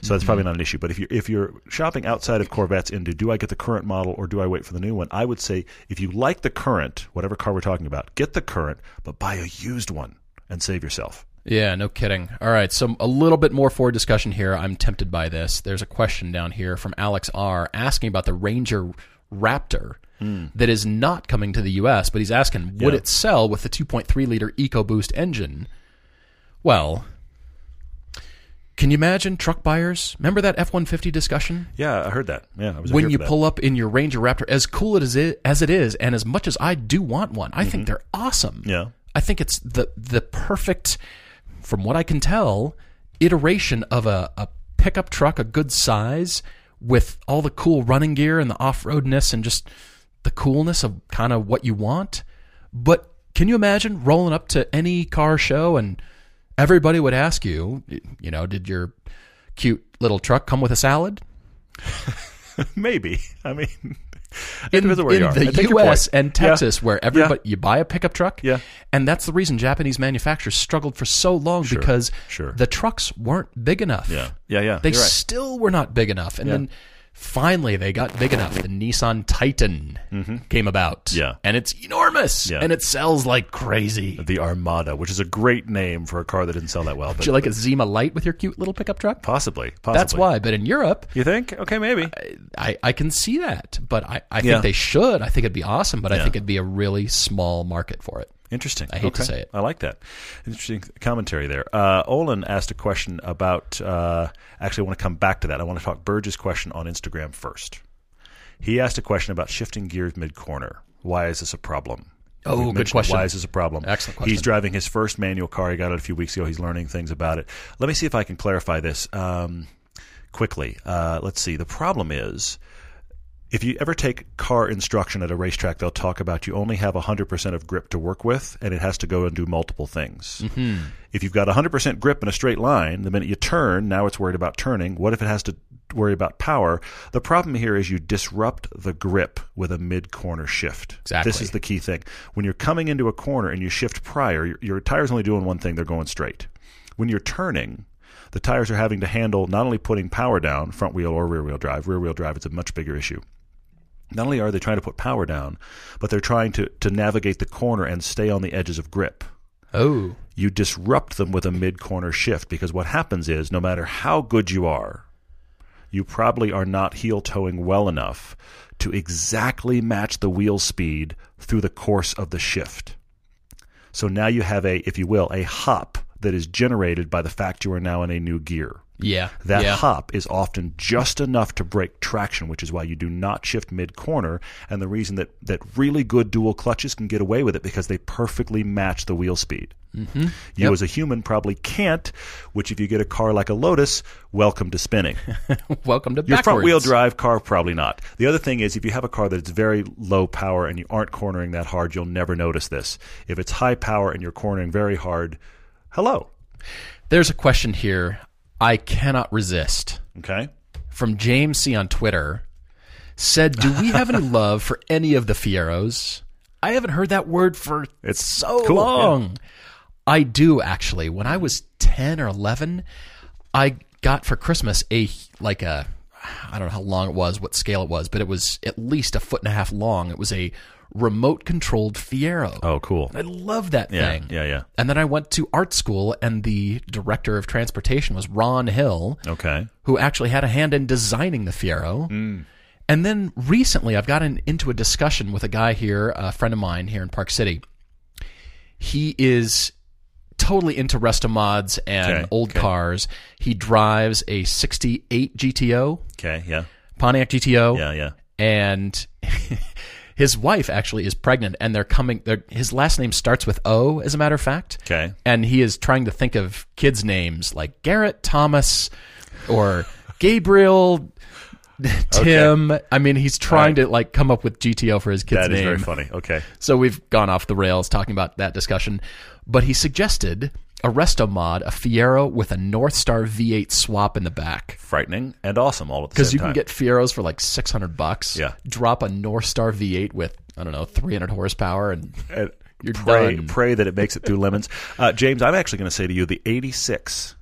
So that's probably not an issue. But if you're if you're shopping outside of Corvettes into do I get the current model or do I wait for the new one? I would say if you like the current, whatever car we're talking about, get the current, but buy a used one and save yourself. Yeah, no kidding. All right, so a little bit more forward discussion here. I'm tempted by this. There's a question down here from Alex R asking about the Ranger Raptor Hmm. that is not coming to the US, but he's asking would it sell with the 2.3 liter EcoBoost engine? Well, can you imagine truck buyers? Remember that F150 discussion? Yeah, I heard that. Yeah, I was when here you for that. pull up in your Ranger Raptor, as cool it is as it is, and as much as I do want one, I think they're awesome. Mm-hmm. Yeah. I think it's the the perfect, from what I can tell, iteration of a, a pickup truck, a good size with all the cool running gear and the off roadness and just the coolness of kind of what you want. But can you imagine rolling up to any car show and everybody would ask you, you know, did your cute little truck come with a salad? maybe. I mean, it in, depends on where in you are. I the take your U.S. point. and Yeah. Texas, where everybody you buy a pickup truck, Yeah. and that's the reason Japanese manufacturers struggled for so long because sure. the trucks weren't big enough. Yeah. Yeah, yeah, They you're right. still were not big enough, and then finally they got big enough. The Nissan Titan came about, Mm-hmm. Yeah. and it's enormous, Yeah. and it sells like crazy. the Armada, which is a great name for a car that didn't sell that well, but Would you like a Zima Light with your cute little pickup truck? possibly, possibly. That's why. But in Europe, You think? Okay, maybe. I, I can see that. But I, I Yeah. think they should. I think it'd be awesome. But I Yeah. think it'd be a really small market for it. Interesting. I hate to say it. I like that. Interesting commentary there. Uh, Olin asked a question about. Uh, actually, I want to come back to that. I want to talk Burge's question on Instagram first. He asked a question about shifting gears mid corner. Why is this a problem? Oh, We've good mentioned question. Why is this a problem? Excellent He's question. driving his first manual car. He got it a few weeks ago. He's learning things about it. Let me see if I can clarify this um, quickly. Uh, let's see. The problem is if you ever take car instruction at a racetrack, they'll talk about you only have 100% of grip to work with, and it has to go and do multiple things. If you've got 100% grip in a straight line, the minute you turn, now it's worried about turning. What if it has to worry about power? The problem here is you disrupt the grip with a mid corner shift. Exactly. This is the key thing. When you're coming into a corner and you shift prior, your, your tire's only doing one thing, they're going straight. When you're turning, the tires are having to handle not only putting power down, front wheel or rear wheel drive. Rear wheel drive is a much bigger issue not only are they trying to put power down, but they're trying to, to navigate the corner and stay on the edges of grip. Oh, You disrupt them with a mid corner shift because what happens is no matter how good you are, you probably are not heel towing well enough to exactly match the wheel speed through the course of the shift. So now you have a, if you will, a hop that is generated by the fact you are now in a new gear. Yeah. That yeah. hop is often just enough to break traction, which is why you do not shift mid corner. And the reason that, that really good dual clutches can get away with it because they perfectly match the wheel speed. Mm-hmm. You Yep. as a human probably can't, which if you get a car like a Lotus, welcome to spinning. Welcome to Your backwards. front wheel drive car, probably not. The other thing is, if you have a car that's very low power and you aren't cornering that hard, you'll never notice this. If it's high power and you're cornering very hard, hello. There's a question here I cannot resist Okay. from James C on Twitter. Said, do we have any love for any of the Fieros? I haven't heard that word for It's so cool, yeah. long. I do actually. When I was 10 or 11, I got for Christmas a like a I don't know how long it was, what scale it was, but it was at least a foot and a half long. It was a remote controlled Fiero. Oh, cool. I love that Yeah, thing. yeah, yeah. And then I went to art school, and the director of transportation was Ron Hill, Okay. who actually had a hand in designing the Fiero. Mm. And then recently, I've gotten into a discussion with a guy here, a friend of mine here in Park City. He is totally into resto mods and Okay, old okay. cars. He drives a 68 GTO, Okay. Yeah. Pontiac GTO Yeah. Yeah. and his wife actually is pregnant and they're coming they're, his last name starts with o as a matter of fact Okay. and he is trying to think of kids names like garrett thomas or gabriel tim i mean he's trying to like come up with gto for his kids That is name very funny. Okay. so we've gone off the rails talking about that discussion but he suggested a resto mod a fiero with a north star v8 swap in the back Frightening and awesome all at the same because you time. can get Fieros for like six hundred bucks. Yeah. Drop a North Star V8 with I don't know three hundred horsepower, and And You're pray, done. pray that it makes it through lemons. Uh, James, I'm actually going to say to you the 86,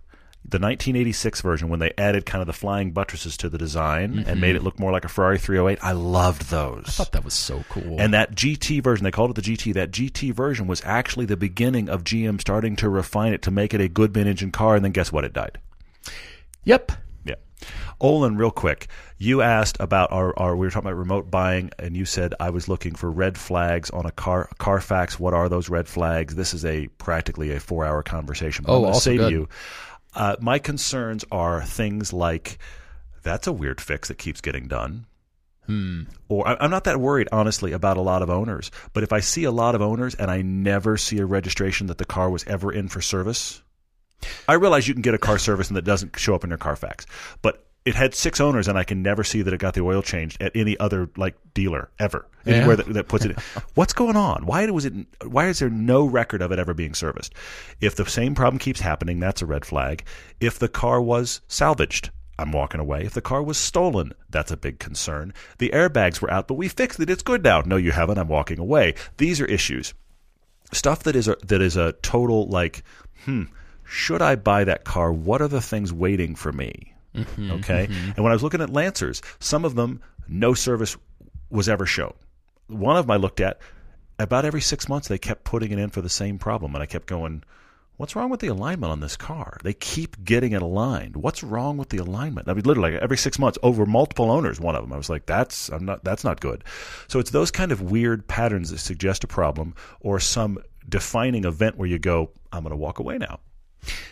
the 1986 version, when they added kind of the flying buttresses to the design and made it look more like a Ferrari 308, I loved those. Mm-hmm. I thought that was so cool. and that GT version, they called it the GT. That GT version was actually the beginning of GM starting to refine it to make it a Goodman engine car. And then guess what? It died. yep, Yeah. Olin, real quick, you asked about our, our we were talking about remote buying, and you said I was looking for red flags on a car Carfax. What are those red flags? This is a practically a four hour conversation. But Oh, I'm gonna also say to good. you, uh, my concerns are things like that's a weird fix that keeps getting done. Hmm. Or I- I'm not that worried, honestly, about a lot of owners. But if I see a lot of owners and I never see a registration that the car was ever in for service, I realize you can get a car service and that doesn't show up in your Carfax, but it had six owners and I can never see that it got the oil changed at any other like dealer ever Yeah. anywhere that, that puts it. What's going on? Why was it? Why is there no record of it ever being serviced? If the same problem keeps happening, that's a red flag. If the car was salvaged. I'm walking away. If the car was stolen, that's a big concern. The airbags were out, but we fixed it. It's good now. No, you haven't. I'm walking away. These are issues stuff that is a, that is a total like hmm should i buy that car what are the things waiting for me Hmm, okay and when i was looking at lancers some of them no service was ever shown one of them i looked at about every six months they kept putting it in for the same problem and i kept going what's wrong with the alignment on this car they keep getting it aligned what's wrong with the alignment i mean literally every six months over multiple owners one of them i was like that's i'm not that's not good so it's those kind of weird patterns that suggest a problem or some defining event where you go i'm going to walk away now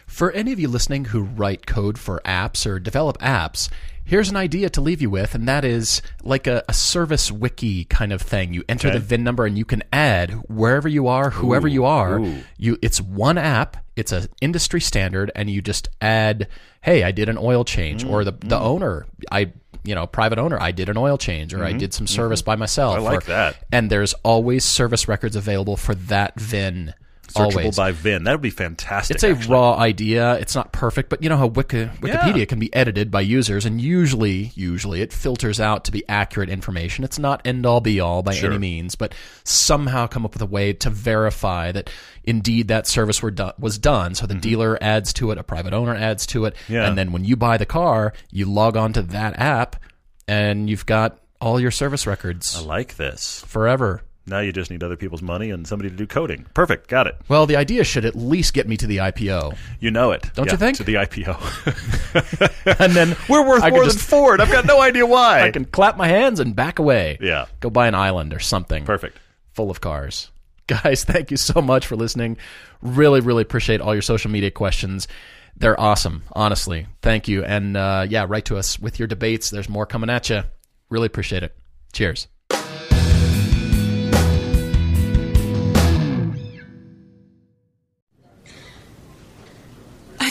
For any of you listening who write code for apps or develop apps, here's an idea to leave you with, and that is like a, a service wiki kind of thing. You enter the VIN number and you can add wherever you are, whoever you are. You it's one app, it's an industry standard, and you just add, hey, I did an oil change, or the, Mm-hmm. the owner, I you know, private owner, I did an oil change, or I did some service by myself. I Mm-hmm. like that. And there's always service records available for that VIN. searchable always. by vin that would be fantastic It's a actually. raw idea. It's not perfect, but you know how Wiki, Wikipedia can be edited by users, and usually, usually it filters out to be accurate information. It's not end all be all by any means, but somehow come up with a way to verify that indeed that service were do- was done. So the dealer adds to it, a private owner adds to it, Mm-hmm. Yeah. and then when you buy the car, you log on to that app, and you've got all your service records i like this forever. now you just need other people's money and somebody to do coding perfect got it Well, the idea should at least get me to the IPO, you know it Don't you Yeah, think? to the ipo and then we're worth I could more just- than ford i've got no idea why I can clap my hands and back away. Yeah. Go buy an island or something perfect full of cars. Guys, thank you so much for listening. Really, really appreciate all your social media questions. They're awesome, honestly. Thank you. And uh, yeah, write to us with your debates. There's more coming at you. Really appreciate it. Cheers. I